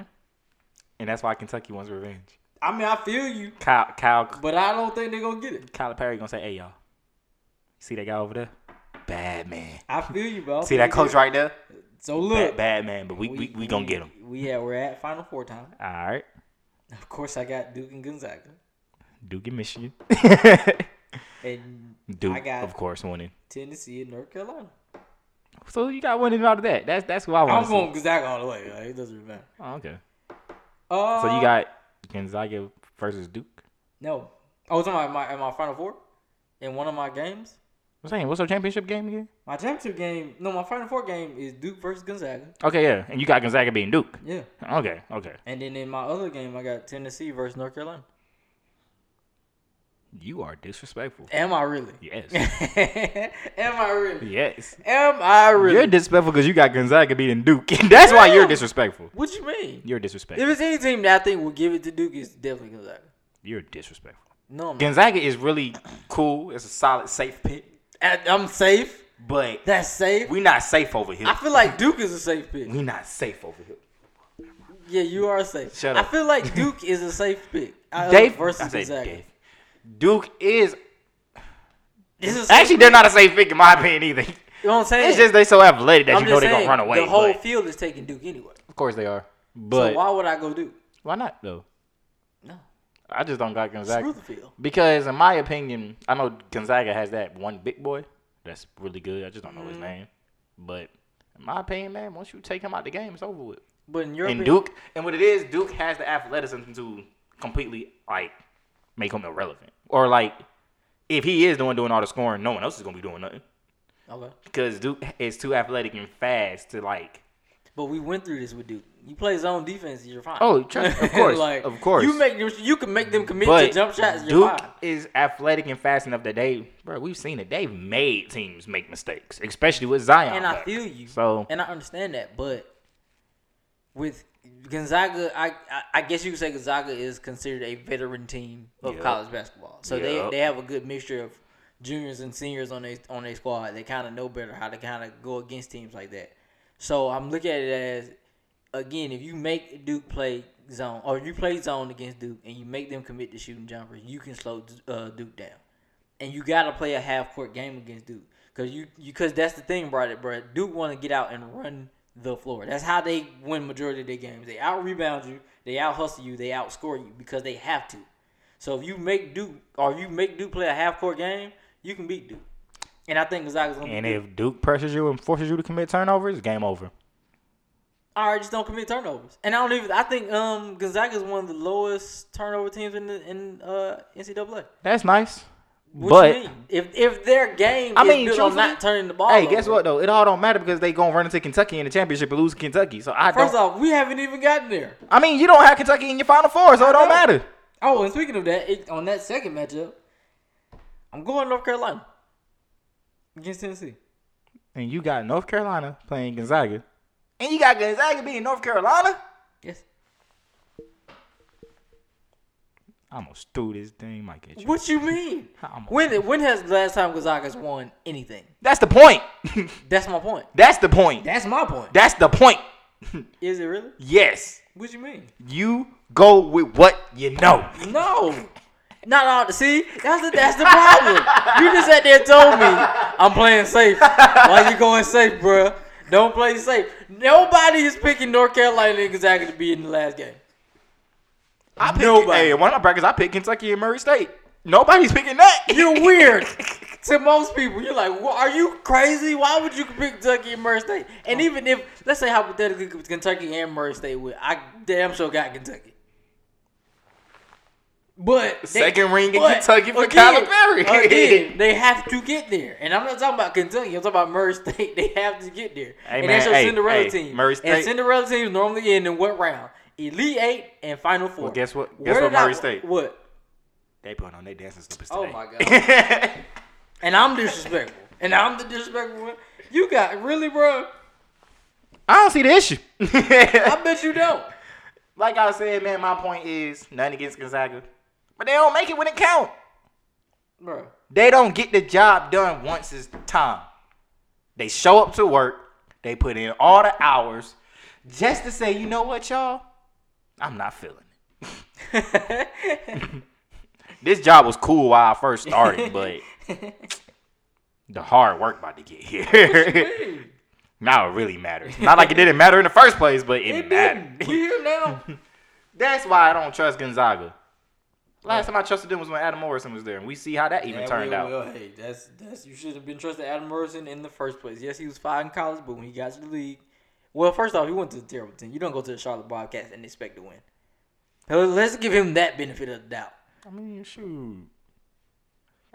Speaker 4: that's why Kentucky wants revenge.
Speaker 5: I mean, I feel you,
Speaker 4: Kyle, Kyle
Speaker 5: but I don't think they're gonna get it.
Speaker 4: Kyler Perry gonna say, "Hey y'all, see that guy over there? Bad man.
Speaker 5: I feel you, bro.
Speaker 4: See that coach right there?
Speaker 5: So
Speaker 4: Bad,
Speaker 5: look,
Speaker 4: bad man. But we, we we gonna get him.
Speaker 5: We yeah, we're at Final Four time.
Speaker 4: All right,
Speaker 5: Of course, I got Duke and Gonzaga,
Speaker 4: Duke and Michigan.
Speaker 5: and I
Speaker 4: Duke,
Speaker 5: got-
Speaker 4: of course, winning.
Speaker 5: Tennessee and North Carolina.
Speaker 4: So you got winning out of that. That's that's who I want.
Speaker 5: I'm
Speaker 4: to
Speaker 5: going Gonzaga all the way. Like, it doesn't really matter.
Speaker 4: Oh, okay.
Speaker 5: Uh,
Speaker 4: So you got Gonzaga versus Duke.
Speaker 5: no. Oh, I was on my, my in my final four in one of my games.
Speaker 4: I'm saying, what's our championship game again?
Speaker 5: My championship game, no, my final four game is Duke versus Gonzaga.
Speaker 4: Okay, yeah, and you got Gonzaga beating Duke.
Speaker 5: Yeah,
Speaker 4: Okay, okay.
Speaker 5: and then in my other game, I got Tennessee versus North Carolina.
Speaker 4: You are disrespectful.
Speaker 5: Am I really?
Speaker 4: Yes,
Speaker 5: Am I really?
Speaker 4: yes.
Speaker 5: Am I really?
Speaker 4: You're disrespectful because you got Gonzaga beating Duke. that's why you're
Speaker 5: Yeah.
Speaker 4: disrespectful.
Speaker 5: what you mean?
Speaker 4: You're disrespectful.
Speaker 5: If it's any team that I think will give it to Duke, it's definitely Gonzaga.
Speaker 4: You're disrespectful.
Speaker 5: No, I'm, not.
Speaker 4: Gonzaga is really cool. It's a solid, safe pick,
Speaker 5: I- I'm safe.
Speaker 4: but
Speaker 5: That's safe.
Speaker 4: we not safe over here.
Speaker 5: I feel like Duke is a safe pick.
Speaker 4: we not safe over here.
Speaker 5: Yeah, you are safe.
Speaker 4: Shut
Speaker 5: I
Speaker 4: up.
Speaker 5: feel like Duke is a safe pick. I-
Speaker 4: Dave
Speaker 5: versus
Speaker 4: I said
Speaker 5: Gonzaga.
Speaker 4: Dave. Duke is
Speaker 5: This is
Speaker 4: actually they're not a safe pick in my opinion either.
Speaker 5: You know what I'm saying?
Speaker 4: It's just they so athletic that
Speaker 5: I'm
Speaker 4: you know
Speaker 5: just
Speaker 4: they're gonna
Speaker 5: saying,
Speaker 4: run away.
Speaker 5: The whole
Speaker 4: but-
Speaker 5: field is taking Duke anyway.
Speaker 4: of course they are. But
Speaker 5: so why would I go Duke?
Speaker 4: why not though?
Speaker 5: No,
Speaker 4: I just don't got
Speaker 5: screw
Speaker 4: Gonzaga
Speaker 5: the field.
Speaker 4: because in my opinion, I know Gonzaga has that one big boy that's really good. I just don't know
Speaker 5: Mm-hmm.
Speaker 4: his name, but in my opinion, man, once you take him out the game, it's over with.
Speaker 5: But in Europe,
Speaker 4: and Duke, and what it is, Duke has the athleticism to completely like make him irrelevant, or like if he is the one doing all the scoring, no one else is gonna be doing nothing
Speaker 5: okay.
Speaker 4: because Duke is too athletic and fast to like.
Speaker 5: But we went through this with Duke. You play zone defense, you're fine.
Speaker 4: Oh, tr- of course, of course.
Speaker 5: You make them, you can make them commit
Speaker 4: But
Speaker 5: to jump shots. You're
Speaker 4: Duke
Speaker 5: fine.
Speaker 4: is athletic and fast enough that they, bro, we've seen it. They've made teams make mistakes, especially with Zion.
Speaker 5: And I
Speaker 4: back.
Speaker 5: feel you.
Speaker 4: So-
Speaker 5: and I understand that, but with Gonzaga, I, I I guess you could say Gonzaga is considered a veteran team of
Speaker 4: Yep.
Speaker 5: college basketball. So
Speaker 4: Yep.
Speaker 5: they they have a good mixture of juniors and seniors on their on their squad. They kind of know better how to kind of go against teams like that. So I'm looking at it as again, if you make Duke play zone or you play zone against Duke and you make them commit to shooting jumpers, you can slow uh, Duke down. And you gotta play a half court game against Duke because you because that's the thing about it, bro. Duke want to get out and run the floor. That's how they win majority of their games. They out rebound you, they out hustle you, they outscore you because they have to. So if you make Duke or you make Duke play a half court game, you can beat Duke. And I think Gonzaga's gonna.
Speaker 4: and
Speaker 5: be
Speaker 4: if Duke pressures you and forces you to commit turnovers, game over.
Speaker 5: All right, just don't commit turnovers. And I don't even. I think um Gonzaga's one of the lowest turnover teams in the in uh NCAA.
Speaker 4: That's nice,
Speaker 5: What
Speaker 4: but.
Speaker 5: you mean? if if their game
Speaker 4: I
Speaker 5: is
Speaker 4: mean,
Speaker 5: built on not
Speaker 4: truthfully,
Speaker 5: turning the ball,
Speaker 4: Hey, guess
Speaker 5: over-
Speaker 4: what though? It all don't matter because they gonna run into Kentucky in the championship and lose to Kentucky. So I
Speaker 5: First
Speaker 4: don't.
Speaker 5: off, we haven't even gotten there.
Speaker 4: I mean, you don't have Kentucky in your Final Four, so it don't
Speaker 5: know.
Speaker 4: matter.
Speaker 5: Oh, and speaking of that, it, on that second matchup, I'm going North Carolina against Tennessee.
Speaker 4: And you got North Carolina playing Gonzaga, and you got Gonzaga beating North Carolina.
Speaker 5: Yes.
Speaker 4: I almost threw this thing mic at you.
Speaker 5: What you mean?
Speaker 4: I'm a-
Speaker 5: When when has the last time Gonzaga's won anything?
Speaker 4: That's the point.
Speaker 5: That's my point.
Speaker 4: That's the point.
Speaker 5: That's my point.
Speaker 4: That's the point.
Speaker 5: Is it really?
Speaker 4: Yes,
Speaker 5: What you mean?
Speaker 4: you go with what you know.
Speaker 5: No. No, no. See, that's the that's the problem. you just sat there and told me I'm playing safe. Why you going safe, bruh? Don't play safe. Nobody is picking North Carolina and Gonzaga to be in the last game.
Speaker 4: I pick,
Speaker 5: Nobody.
Speaker 4: Hey, one of my brackets, I picked Kentucky and Murray State. Nobody's picking that.
Speaker 5: You're weird. to most people, you're like, well, are you crazy? Why would you pick Kentucky and Murray State? And even if, let's say hypothetically, Kentucky and Murray State would, I damn sure got Kentucky. But they-
Speaker 4: Second ring in
Speaker 5: but
Speaker 4: Kentucky for
Speaker 5: again-
Speaker 4: Calipari.
Speaker 5: again, they have to get there, and I'm not talking about Kentucky. I'm talking about Murray State. They have to get there,
Speaker 4: Hey,
Speaker 5: and
Speaker 4: man,
Speaker 5: that's your
Speaker 4: hey,
Speaker 5: Cinderella
Speaker 4: hey,
Speaker 5: team.
Speaker 4: Murray State-
Speaker 5: And Cinderella teams normally end in what round? Elite eight and Final Four.
Speaker 4: Well, guess what- guess
Speaker 5: Where
Speaker 4: what
Speaker 5: did I-
Speaker 4: Murray State-
Speaker 5: What?
Speaker 4: They putting on their dancing slippers
Speaker 5: Oh
Speaker 4: today.
Speaker 5: my And I'm disrespectful. And I'm the disrespectful one. You got really, bro?
Speaker 4: I don't see the issue.
Speaker 5: I bet you don't.
Speaker 4: like I said, man, my point is nothing against Gonzaga, but they don't make it when it count.
Speaker 5: Bro,
Speaker 4: They don't get the job done once it's time. They show up to work. They put in all the hours just to say, you know what, y'all? I'm not feeling it. this job was cool while I first started, but the hard work about to get here. now it really matters. Not like it didn't matter in the first place, but it,
Speaker 5: it
Speaker 4: mattered.
Speaker 5: didn't. We here now.
Speaker 4: That's why I don't trust Gonzaga. Last time I trusted them was when Adam Morrison was there, and we see how that even
Speaker 5: Yeah,
Speaker 4: turned
Speaker 5: well,
Speaker 4: out.
Speaker 5: well, hey, that's that's you should have been trusting Adam Morrison in the first place. Yes, he was fine in college, but when he got to the league, well, first off, he went to the terrible team. You don't go to the Charlotte Bobcats and expect to win. So let's give him that benefit of the doubt.
Speaker 4: I mean, shoot.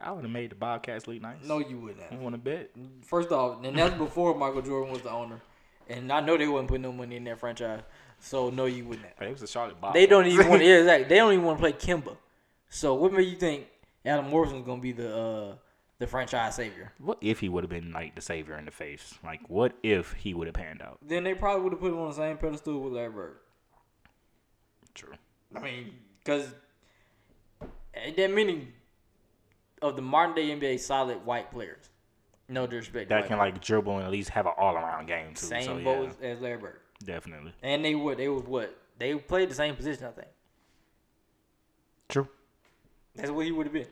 Speaker 4: I would have made the Bobcats look nice.
Speaker 5: No, you wouldn't.
Speaker 4: I
Speaker 5: Have.
Speaker 4: want to bet.
Speaker 5: First off, and that's before Michael Jordan was the owner, and I know they wouldn't put no money in that franchise. So no, you wouldn't. Have.
Speaker 4: Hey, it was a Charlotte Bob.
Speaker 5: They don't even want yeah, exactly. They don't even want to play Kimba. So what made you think Adam Morrison's gonna be the uh, the franchise savior?
Speaker 4: What if he would have been like the savior in the face? Like, what if he would have panned out?
Speaker 5: Then they probably would have put him on the same pedestal with Larry Bird.
Speaker 4: True.
Speaker 5: I mean, because ain't that many of the modern day NBA solid white players. No disrespect. to
Speaker 4: That
Speaker 5: white
Speaker 4: can like dribble and at least have an all around game too.
Speaker 5: players. same
Speaker 4: so, yeah,
Speaker 5: boat as Larry Bird,
Speaker 4: definitely.
Speaker 5: and they would they was what they played the same position. I think
Speaker 4: True.
Speaker 5: that's what he would have been.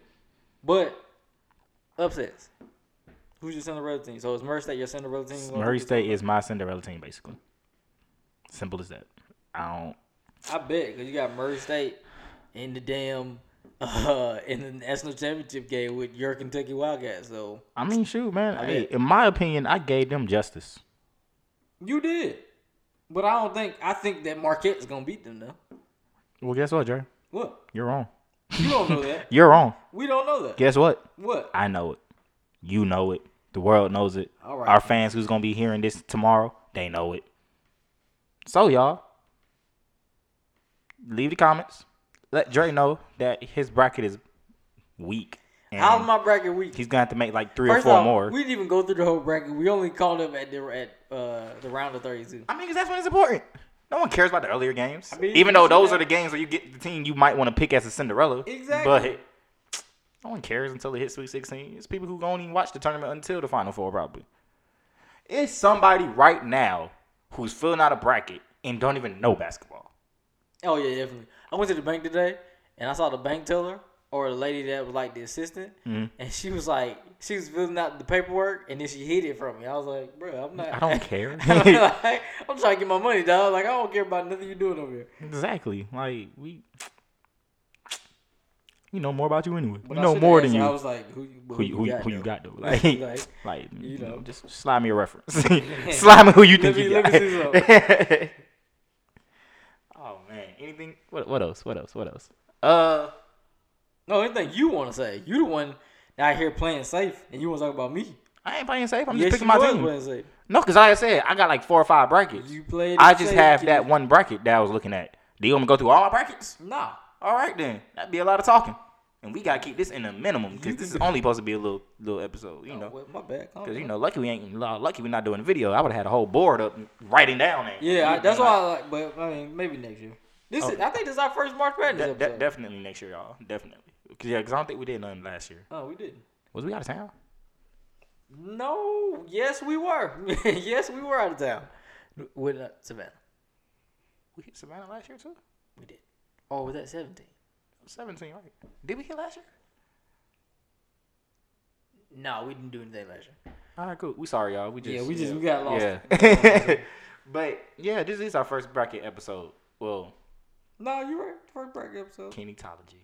Speaker 5: But upsets. Who's your Cinderella team? So is Murray State your Cinderella team?
Speaker 4: Murray State is my Cinderella team, basically. Simple as that. I don't.
Speaker 5: I bet because you got Murray State in the damn uh, in the national championship game with your Kentucky Wildcats. So
Speaker 4: I mean, shoot, man.
Speaker 5: I
Speaker 4: hey,
Speaker 5: bet.
Speaker 4: in my opinion, I gave them justice.
Speaker 5: you did, but I don't think I think that Marquette is gonna beat them though.
Speaker 4: Well, guess what, Jerry?
Speaker 5: What
Speaker 4: You're wrong.
Speaker 5: you don't know that?
Speaker 4: You're wrong.
Speaker 5: We don't know that.
Speaker 4: Guess what?
Speaker 5: What?
Speaker 4: I know it. You know it. The world knows it.
Speaker 5: All right.
Speaker 4: Our fans who's gonna be hearing this tomorrow, they know it. So y'all, leave the comments. Let Dre know that his bracket is weak, and
Speaker 5: How's my bracket week?
Speaker 4: he's gonna have to make like three
Speaker 5: First
Speaker 4: or four
Speaker 5: off,
Speaker 4: more.
Speaker 5: we didn't even go through the whole bracket. We only called up at the at uh, the round of thirty-two.
Speaker 4: I mean, because that's when it's important. No one cares about the earlier games,
Speaker 5: mean,
Speaker 4: even though
Speaker 5: you see
Speaker 4: those
Speaker 5: that-
Speaker 4: are the games where you get the team you might want to pick as a Cinderella.
Speaker 5: Exactly.
Speaker 4: But no one cares until it hits Sweet 16. It's people who don't even watch the tournament until the Final Four, probably. It's somebody right now who's filling out a bracket and don't even know basketball.
Speaker 5: Oh yeah, definitely. I went to the bank today and I saw the bank teller or the lady that was like the assistant,
Speaker 4: Mm-hmm.
Speaker 5: and she was like, she was filling out the paperwork, and then she hid it from me. I was like, bro, I'm not.
Speaker 4: I don't care.
Speaker 5: like, I'm trying to get my money, dog. Like I don't care about nothing you're doing over here.
Speaker 4: exactly. Like we, we know more about you anyway.
Speaker 5: But
Speaker 4: we
Speaker 5: I
Speaker 4: know
Speaker 5: should've
Speaker 4: more
Speaker 5: asked
Speaker 4: than
Speaker 5: her,
Speaker 4: you.
Speaker 5: I was like, who, but
Speaker 4: who you, who, you- who you
Speaker 5: though?
Speaker 4: got though? Like,
Speaker 5: Like,
Speaker 4: like,
Speaker 5: you
Speaker 4: you
Speaker 5: know.
Speaker 4: know, just slide me a reference. slide me who you think
Speaker 5: Let me-
Speaker 4: you
Speaker 5: let
Speaker 4: got.
Speaker 5: me see
Speaker 4: oh man, anything? What what else? What else? What else? Uh,
Speaker 5: No, anything you want to say? You the one out here playing safe, and you want to talk about me?
Speaker 4: I ain't playing safe. I'm
Speaker 5: yes,
Speaker 4: just picking my
Speaker 5: you was
Speaker 4: team.
Speaker 5: playing safe.
Speaker 4: No, because like I said, I got like four or five brackets.
Speaker 5: You played.
Speaker 4: I
Speaker 5: it
Speaker 4: just
Speaker 5: safe,
Speaker 4: have
Speaker 5: kid.
Speaker 4: that one bracket that I was looking at. Do you want me to go through all my brackets?
Speaker 5: Nah,
Speaker 4: All right then, that'd be a lot of talking, and we gotta keep this in a minimum because
Speaker 5: You
Speaker 4: this is
Speaker 5: can- Oh,
Speaker 4: only supposed to be a little little episode. You know,
Speaker 5: Well, my bad. Calm
Speaker 4: Cause you
Speaker 5: down.
Speaker 4: know, lucky we ain't lucky we not doing a video. I would have had a whole board up writing down. it.
Speaker 5: Yeah, I,
Speaker 4: We'd
Speaker 5: that's
Speaker 4: been
Speaker 5: why
Speaker 4: like-
Speaker 5: I like. But I mean, maybe next year. This
Speaker 4: Oh.
Speaker 5: is, I think this is our first March Madness
Speaker 4: De- de-
Speaker 5: episode.
Speaker 4: definitely next year, y'all. Definitely. Cause yeah, cause I don't think we did nothing last year.
Speaker 5: oh, we didn't.
Speaker 4: Was we out of town?
Speaker 5: No. Yes, we were. yes, we were out of town. With uh, Savannah,
Speaker 4: We hit Savannah last year too.
Speaker 5: we did. Oh, was that seventeen?
Speaker 4: 17, right? Did we hit last year?
Speaker 5: No, we didn't do anything last year.
Speaker 4: All right, cool. We sorry, y'all. We just
Speaker 5: yeah, we just we got lost.
Speaker 4: yeah. but yeah, this is our first bracket episode. Well,
Speaker 5: No, you right. First bracket episode.
Speaker 4: kinetology,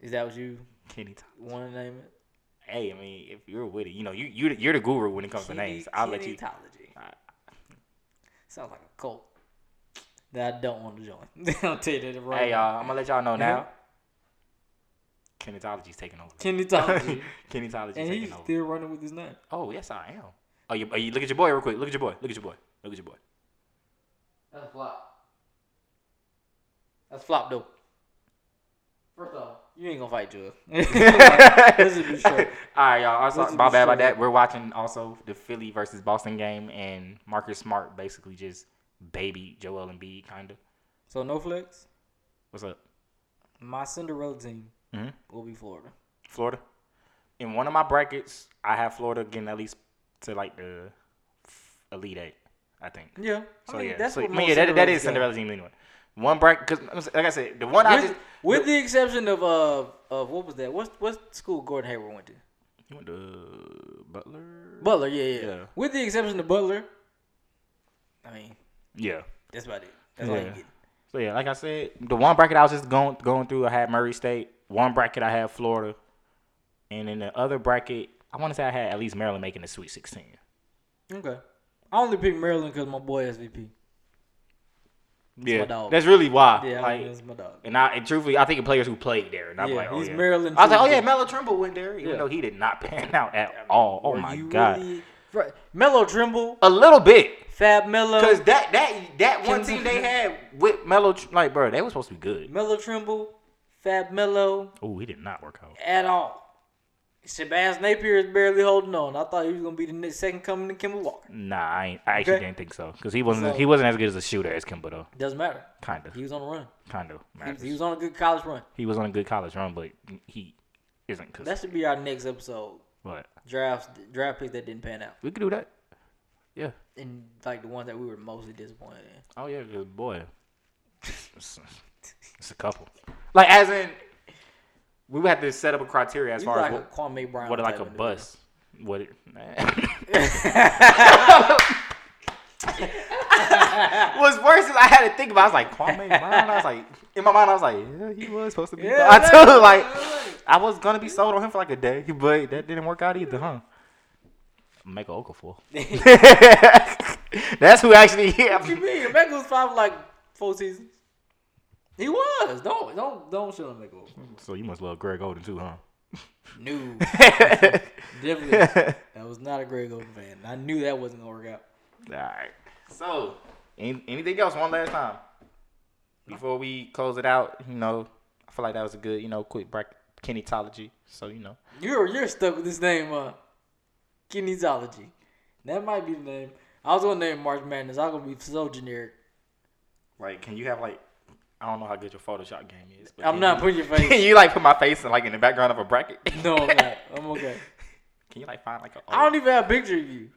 Speaker 5: Is that what you
Speaker 4: kinetology.
Speaker 5: want to name it?
Speaker 4: Hey, I mean, if you're with it, you know, you you you're the guru when it comes to names. I'll let you.
Speaker 5: Kinetology.
Speaker 4: Alright.
Speaker 5: Sounds like a cult that I don't want to join. I'll tell you that right
Speaker 4: Hey, y'all, I'm gonna let y'all know now.
Speaker 5: Mhm.
Speaker 4: Kinetology's taking over.
Speaker 5: Kinetology.
Speaker 4: Kinetology's
Speaker 5: and he's
Speaker 4: taking over.
Speaker 5: still running with his name.
Speaker 4: Oh yes, I am. Oh, you, oh, you look at your boy real quick. Look at your boy. Look at your boy. Look at your boy.
Speaker 5: That's flop. That's flop though. First off, you ain't gonna fight Jewel. this is be short.
Speaker 4: All right, y'all. Also,
Speaker 5: Let's
Speaker 4: my
Speaker 5: be
Speaker 4: bad about
Speaker 5: sure.
Speaker 4: that. We're watching also the Philly versus Boston game, and Marcus Smart basically just baby Joel Embiid, kind of.
Speaker 5: So no flex.
Speaker 4: What's up?
Speaker 5: My Cinderella team
Speaker 4: Mhm.
Speaker 5: will be Florida.
Speaker 4: Florida. In one of my brackets, I have Florida getting at least to like the f- Elite Eight, I think.
Speaker 5: Yeah.
Speaker 4: So
Speaker 5: I mean,
Speaker 4: yeah,
Speaker 5: that's
Speaker 4: so,
Speaker 5: what
Speaker 4: I
Speaker 5: most
Speaker 4: mean, yeah, that, that is
Speaker 5: Cinderellas
Speaker 4: Cinderella team anyway. One bracket, because like I said, the one
Speaker 5: got.
Speaker 4: I
Speaker 5: With,
Speaker 4: just
Speaker 5: with the exception of uh of what was that? What what school Gordon Hayward went to?
Speaker 4: you went to Butler.
Speaker 5: Butler. Yeah, yeah.
Speaker 4: Yeah.
Speaker 5: With the exception of Butler, I mean
Speaker 4: Yeah.
Speaker 5: that's about it. That's all you
Speaker 4: Yeah.
Speaker 5: get.
Speaker 4: So yeah, like I said, the one bracket I was just going going through, I had Murray State. One bracket I had Florida, and in the other bracket, I want to say I had at least Maryland making the Sweet Sixteen.
Speaker 5: Okay. I only picked Maryland because my boy SVP. my
Speaker 4: Yeah,
Speaker 5: dog.
Speaker 4: that's really why.
Speaker 5: Yeah, I
Speaker 4: like,
Speaker 5: mean, that's my dog.
Speaker 4: and I and truthfully, I think of players who played there, and I'm
Speaker 5: Yeah,
Speaker 4: like, oh
Speaker 5: he's
Speaker 4: yeah.
Speaker 5: Maryland
Speaker 4: I was like, oh
Speaker 5: Trimble.
Speaker 4: yeah, Mello Trimble went there, even
Speaker 5: Yeah.
Speaker 4: though he did not pan out at all. Oh
Speaker 5: Were
Speaker 4: my
Speaker 5: you
Speaker 4: god,
Speaker 5: really- Bro, Melo Trimble,
Speaker 4: a little bit.
Speaker 5: Fab Mello,
Speaker 4: Cause that that that one
Speaker 5: Can-
Speaker 4: team they had with Mello, Tr- like bro, they was supposed to be good.
Speaker 5: Melo Trimble, Fab Mello
Speaker 4: Oh, he did not work out.
Speaker 5: at all. Shabazz Napier is barely holding on. I thought he was gonna be the next second coming to Kimball Walker.
Speaker 4: Nah, I, ain't, I actually
Speaker 5: Okay.
Speaker 4: didn't think so. Cause he wasn't
Speaker 5: So-
Speaker 4: he wasn't as good as a shooter as Kimba though.
Speaker 5: Doesn't matter.
Speaker 4: Kind of,
Speaker 5: He was on a run.
Speaker 4: kind of.
Speaker 5: He, he was on a good college run.
Speaker 4: He was on a good college run, but he isn't. Cause
Speaker 5: That should be our next episode.
Speaker 4: but
Speaker 5: Drafts, draft picks that didn't pan out,
Speaker 4: we could do that. Yeah.
Speaker 5: and like the ones that we were mostly disappointed in.
Speaker 4: Oh yeah, cause boy, it's, it's a couple. Like as in, we would have to set up a criteria as
Speaker 5: You
Speaker 4: far as
Speaker 5: like a
Speaker 4: what,
Speaker 5: Kwame Brown.
Speaker 4: what like
Speaker 5: type
Speaker 4: a
Speaker 5: of dude.
Speaker 4: bus. What? It, What's worse is I had to think about. it. I was like Kwame Brown. I was like in my mind. I was like, yeah, he was supposed to be.
Speaker 5: Yeah,
Speaker 4: I told
Speaker 5: that's-
Speaker 4: like I was gonna be sold on him for like a day, but that didn't work out either, huh? Make a Okafor. That's who actually. Yeah,
Speaker 5: What you mean? Mecca was five like four seasons. He was. Don't don't don't show him Mecca.
Speaker 4: so you must love Greg Oden too, huh?
Speaker 5: No, definitely. That was not a Greg Oden fan. I knew that wasn't gonna work out.
Speaker 4: All right. So, any, anything else? One last time before we close it out. You know, I feel like that was a good, you know, quick break. Kinetology. So you know,
Speaker 5: You're you're stuck with this name, uh, kinesiology. That might be the name. I was gonna name March Madness. I'm gonna be so generic.
Speaker 4: like, can you have like, I don't know how good your Photoshop game is. But
Speaker 5: I'm
Speaker 4: can
Speaker 5: not
Speaker 4: you-
Speaker 5: putting your face.
Speaker 4: Can you like put my face in like in the background of a bracket?
Speaker 5: No, I'm not. I'm okay.
Speaker 4: Can you like find like a?
Speaker 5: I don't even have a picture of you.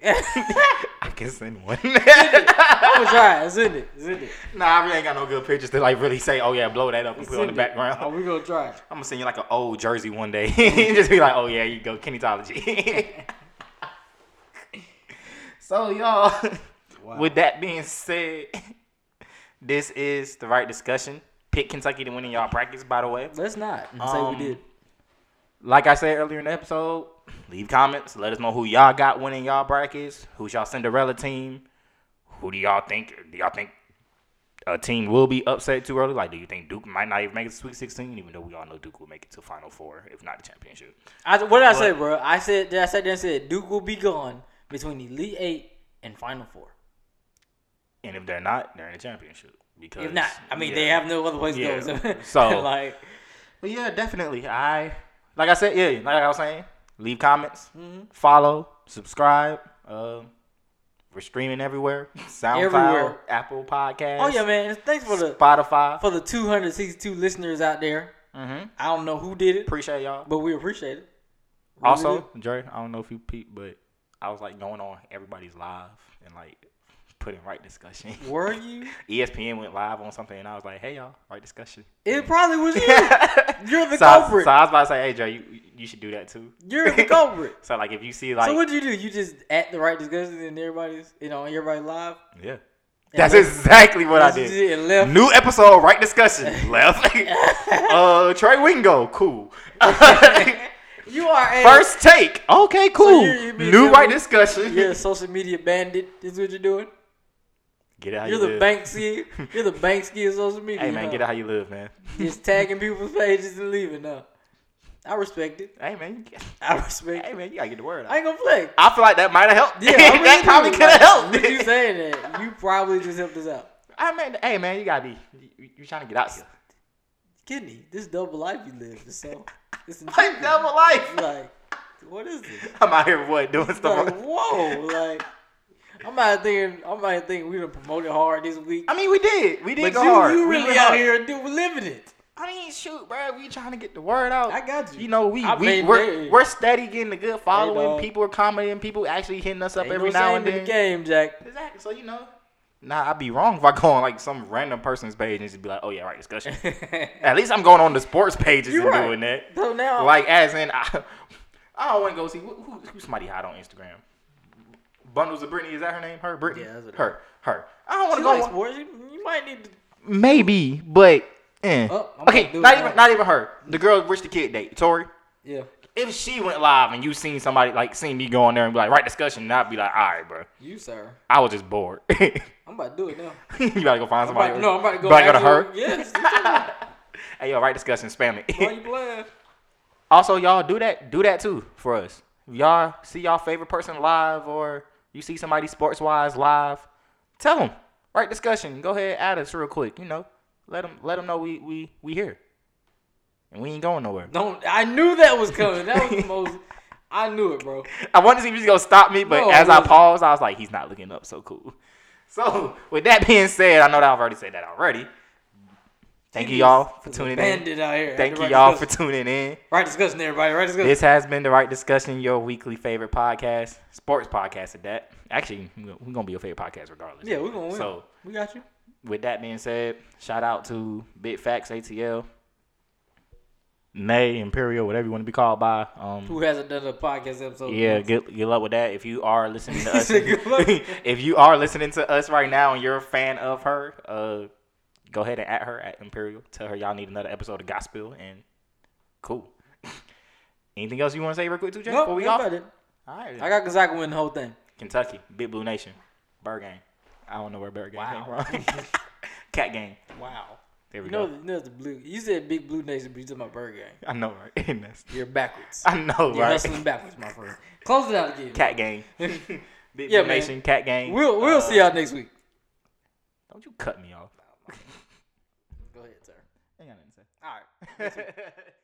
Speaker 4: I can send one.
Speaker 5: I'm gonna try. It's in it. It's in it.
Speaker 4: nah, I really ain't got no good pictures to like really say. Oh yeah, blow that up and put it on the
Speaker 5: Oh,
Speaker 4: background.
Speaker 5: we gonna try. it.
Speaker 4: I'm gonna send you like an old jersey one day. Just be like, oh yeah, you go kinetology. so y'all,
Speaker 5: Wow.
Speaker 4: with that being said, this is the right discussion. Pick Kentucky to win in y'all brackets. By the way,
Speaker 5: Let's not say
Speaker 4: Um,
Speaker 5: we did.
Speaker 4: like I said earlier in the episode, leave comments. Let us know who y'all got winning y'all brackets. Who's y'all Cinderella team? Who do y'all think? Do y'all think a team will be upset too early? Like, do you think Duke might not even make it to Sweet 16? Even though we all know Duke will make it to Final Four, if not the championship.
Speaker 5: I, what did I
Speaker 4: But-
Speaker 5: say, bro? I said did I said that I said Duke will be gone between Elite Eight and Final Four.
Speaker 4: And if they're not, they're in the championship. Because
Speaker 5: If not, I mean they
Speaker 4: yeah.
Speaker 5: have no other place
Speaker 4: Yeah.
Speaker 5: to go. So,
Speaker 4: So-
Speaker 5: like,
Speaker 4: But yeah, definitely. I like I said, yeah, like I was saying, leave comments,
Speaker 5: Mm-hmm.
Speaker 4: follow, subscribe. Um, we're streaming everywhere: SoundCloud,
Speaker 5: Everywhere.
Speaker 4: Apple Podcasts.
Speaker 5: oh yeah, man. Thanks for the
Speaker 4: Spotify.
Speaker 5: for the 262 listeners out there.
Speaker 4: Mhm.
Speaker 5: I don't know who did it,
Speaker 4: Appreciate y'all.
Speaker 5: but we appreciate it. Really
Speaker 4: Also,
Speaker 5: do.
Speaker 4: Dre, I don't know if you peeped, but I was like going on everybody's live and like putting right discussion. E
Speaker 5: Were you?
Speaker 4: ESPN went live on something, and I was like, "Hey y'all, right discussion."
Speaker 5: It probably was you. You're the
Speaker 4: so, I-
Speaker 5: culprit.
Speaker 4: so I was about to say, "Hey Joe, you you should do that too."
Speaker 5: You're the culprit.
Speaker 4: So like, if you see like,
Speaker 5: so what'd you do? You just at the right discussion and everybody's, you know, everybody live.
Speaker 4: yeah, that's
Speaker 5: left-
Speaker 4: exactly what I
Speaker 5: That's what
Speaker 4: did.
Speaker 5: you did, left.
Speaker 4: New episode, right discussion. Left. uh, Trey Wingo, cool.
Speaker 5: You are a
Speaker 4: First take. Okay, cool.
Speaker 5: you're- you mean
Speaker 4: New
Speaker 5: you're-
Speaker 4: right discussion.
Speaker 5: You're a social media bandit. Is what you're doing.
Speaker 4: Get it how
Speaker 5: You're
Speaker 4: you
Speaker 5: the
Speaker 4: live.
Speaker 5: Banksy. You're the Banksy of social media.
Speaker 4: Hey man,
Speaker 5: huh?
Speaker 4: get it how you live, man.
Speaker 5: Just tagging people's pages and leaving. No, I respect it.
Speaker 4: Hey man, you-
Speaker 5: I respect.
Speaker 4: hey
Speaker 5: it.
Speaker 4: man, you gotta get the word
Speaker 5: I
Speaker 4: out.
Speaker 5: ain't gonna flex.
Speaker 4: I feel like that might have helped.
Speaker 5: Yeah, I
Speaker 4: that
Speaker 5: really
Speaker 4: probably
Speaker 5: do.
Speaker 4: could have
Speaker 5: Like,
Speaker 4: helped.
Speaker 5: With you saying that, you probably just helped us out.
Speaker 4: I mean, hey man, you gotta be. You, you trying to get out here?
Speaker 5: Kidney, this double life you live is so. It's
Speaker 4: Like
Speaker 5: intriguing.
Speaker 4: double life.
Speaker 5: Like, what is this?
Speaker 4: I'm out here what doing stuff.
Speaker 5: Like, whoa! Like, I'm out thinking. I'm out thinking we done promoted hard this week.
Speaker 4: I mean, we did. We did
Speaker 5: but
Speaker 4: go
Speaker 5: you,
Speaker 4: hard.
Speaker 5: you
Speaker 4: We
Speaker 5: really
Speaker 4: went
Speaker 5: out
Speaker 4: hard.
Speaker 5: here do, living it.
Speaker 4: I mean, shoot, bro. We trying to get the word out.
Speaker 5: I got you.
Speaker 4: You know, we
Speaker 5: I
Speaker 4: we
Speaker 5: mean,
Speaker 4: we're,
Speaker 5: yeah.
Speaker 4: we're steady getting a good following.
Speaker 5: dog.
Speaker 4: people are commenting. People actually hitting us up
Speaker 5: Ain't
Speaker 4: every
Speaker 5: no
Speaker 4: now
Speaker 5: shame
Speaker 4: and
Speaker 5: in
Speaker 4: then.
Speaker 5: the game, Jack.
Speaker 4: Exactly. So you know, nah, I'd be wrong if I go on like some random person's page and just be like, oh yeah, right discussion. At least I'm going on the sports pages
Speaker 5: You're
Speaker 4: and
Speaker 5: right. Oh.
Speaker 4: doing that.
Speaker 5: So now,
Speaker 4: Like as in, I, I don't want to go see who, who, who somebody hot on Instagram. Bundles of Britney is that her name? Her Britney.
Speaker 5: Yeah, that's what it
Speaker 4: her. Her. I don't want to
Speaker 5: she
Speaker 4: go.
Speaker 5: likes
Speaker 4: on-
Speaker 5: sports. You, you might need to.
Speaker 4: Maybe, but eh.
Speaker 5: Oh, I'm
Speaker 4: okay,
Speaker 5: gonna do
Speaker 4: not
Speaker 5: it
Speaker 4: even
Speaker 5: now.
Speaker 4: not even her. The girl rich the kid date, Tori.
Speaker 5: Yeah,
Speaker 4: If she went live and you seen somebody like seen me go on there and be like right discussion, and I'd be like, all right, bro,
Speaker 5: you sir.
Speaker 4: I was just bored. you
Speaker 5: I'm about to do it now.
Speaker 4: gotta go find somebody.
Speaker 5: About, no, I'm about to go.
Speaker 4: But I go to
Speaker 5: actually-
Speaker 4: her.
Speaker 5: Yes. you do.
Speaker 4: Hey yo, right discussion, spam
Speaker 5: Why
Speaker 4: it.
Speaker 5: you playing?
Speaker 4: also, y'all do that, do that too for us. If y'all see y'all favorite person live or you see somebody sports wise live, tell them right discussion. Go ahead, add us real quick. You know, let them let them know we we we here, and we ain't going nowhere.
Speaker 5: Don't. I knew that was coming. That was the most. I knew it, bro.
Speaker 4: I wanted to see if he was gonna stop me, but
Speaker 5: No,
Speaker 4: as I
Speaker 5: listen.
Speaker 4: paused, I was like, he's not looking up, so cool. So with that being said, I know that I've already said that already. Thank you y'all for
Speaker 5: There's a
Speaker 4: tuning in.
Speaker 5: Bandit out here.
Speaker 4: Thank you
Speaker 5: Right
Speaker 4: y'all for
Speaker 5: discussion.
Speaker 4: tuning in.
Speaker 5: right discussion, everybody. Right discussion.
Speaker 4: This has been the right discussion, your weekly favorite podcast, sports podcast at that. Actually, we're gonna be your favorite podcast regardless.
Speaker 5: yeah, we're gonna win.
Speaker 4: So
Speaker 5: we got you.
Speaker 4: with that being said, shout out to Big Facts ATL, Nay Imperial, whatever you want to be called by. Um,
Speaker 5: Who hasn't done a podcast episode?
Speaker 4: Yeah, good good luck with that. If you are listening to us,
Speaker 5: said, "Good luck."
Speaker 4: if you are listening to us right now and you're a fan of her, uh, go ahead and at her at Imperial. Tell her y'all need another episode of Gospel and cool. Anything else you want to say real quick too, Jay?
Speaker 5: Nope,
Speaker 4: before we
Speaker 5: that's
Speaker 4: off?
Speaker 5: about it.
Speaker 4: All right,
Speaker 5: I got Gonzaga winning the whole thing.
Speaker 4: Kentucky, Big Blue Nation, Bird Gang. I don't know where Bird Gang came from. Cat Gang.
Speaker 5: Wow.
Speaker 4: There we
Speaker 5: You
Speaker 4: go.
Speaker 5: know, you know the blue. You said big blue nation, but you talking about bird gang.
Speaker 4: I know, right? And that's-
Speaker 5: You're backwards.
Speaker 4: I know,
Speaker 5: You're
Speaker 4: right?
Speaker 5: hustling backwards, my friend. Close it out again.
Speaker 4: Cat Gang. Big
Speaker 5: Yeah,
Speaker 4: Blue
Speaker 5: man.
Speaker 4: Nation, Cat Gang.
Speaker 5: We'll we'll
Speaker 4: Uh,
Speaker 5: see y'all next week.
Speaker 4: Don't you cut me off.
Speaker 5: Go ahead, sir.
Speaker 4: I ain't got nothing to say.
Speaker 5: All right.
Speaker 4: That's it.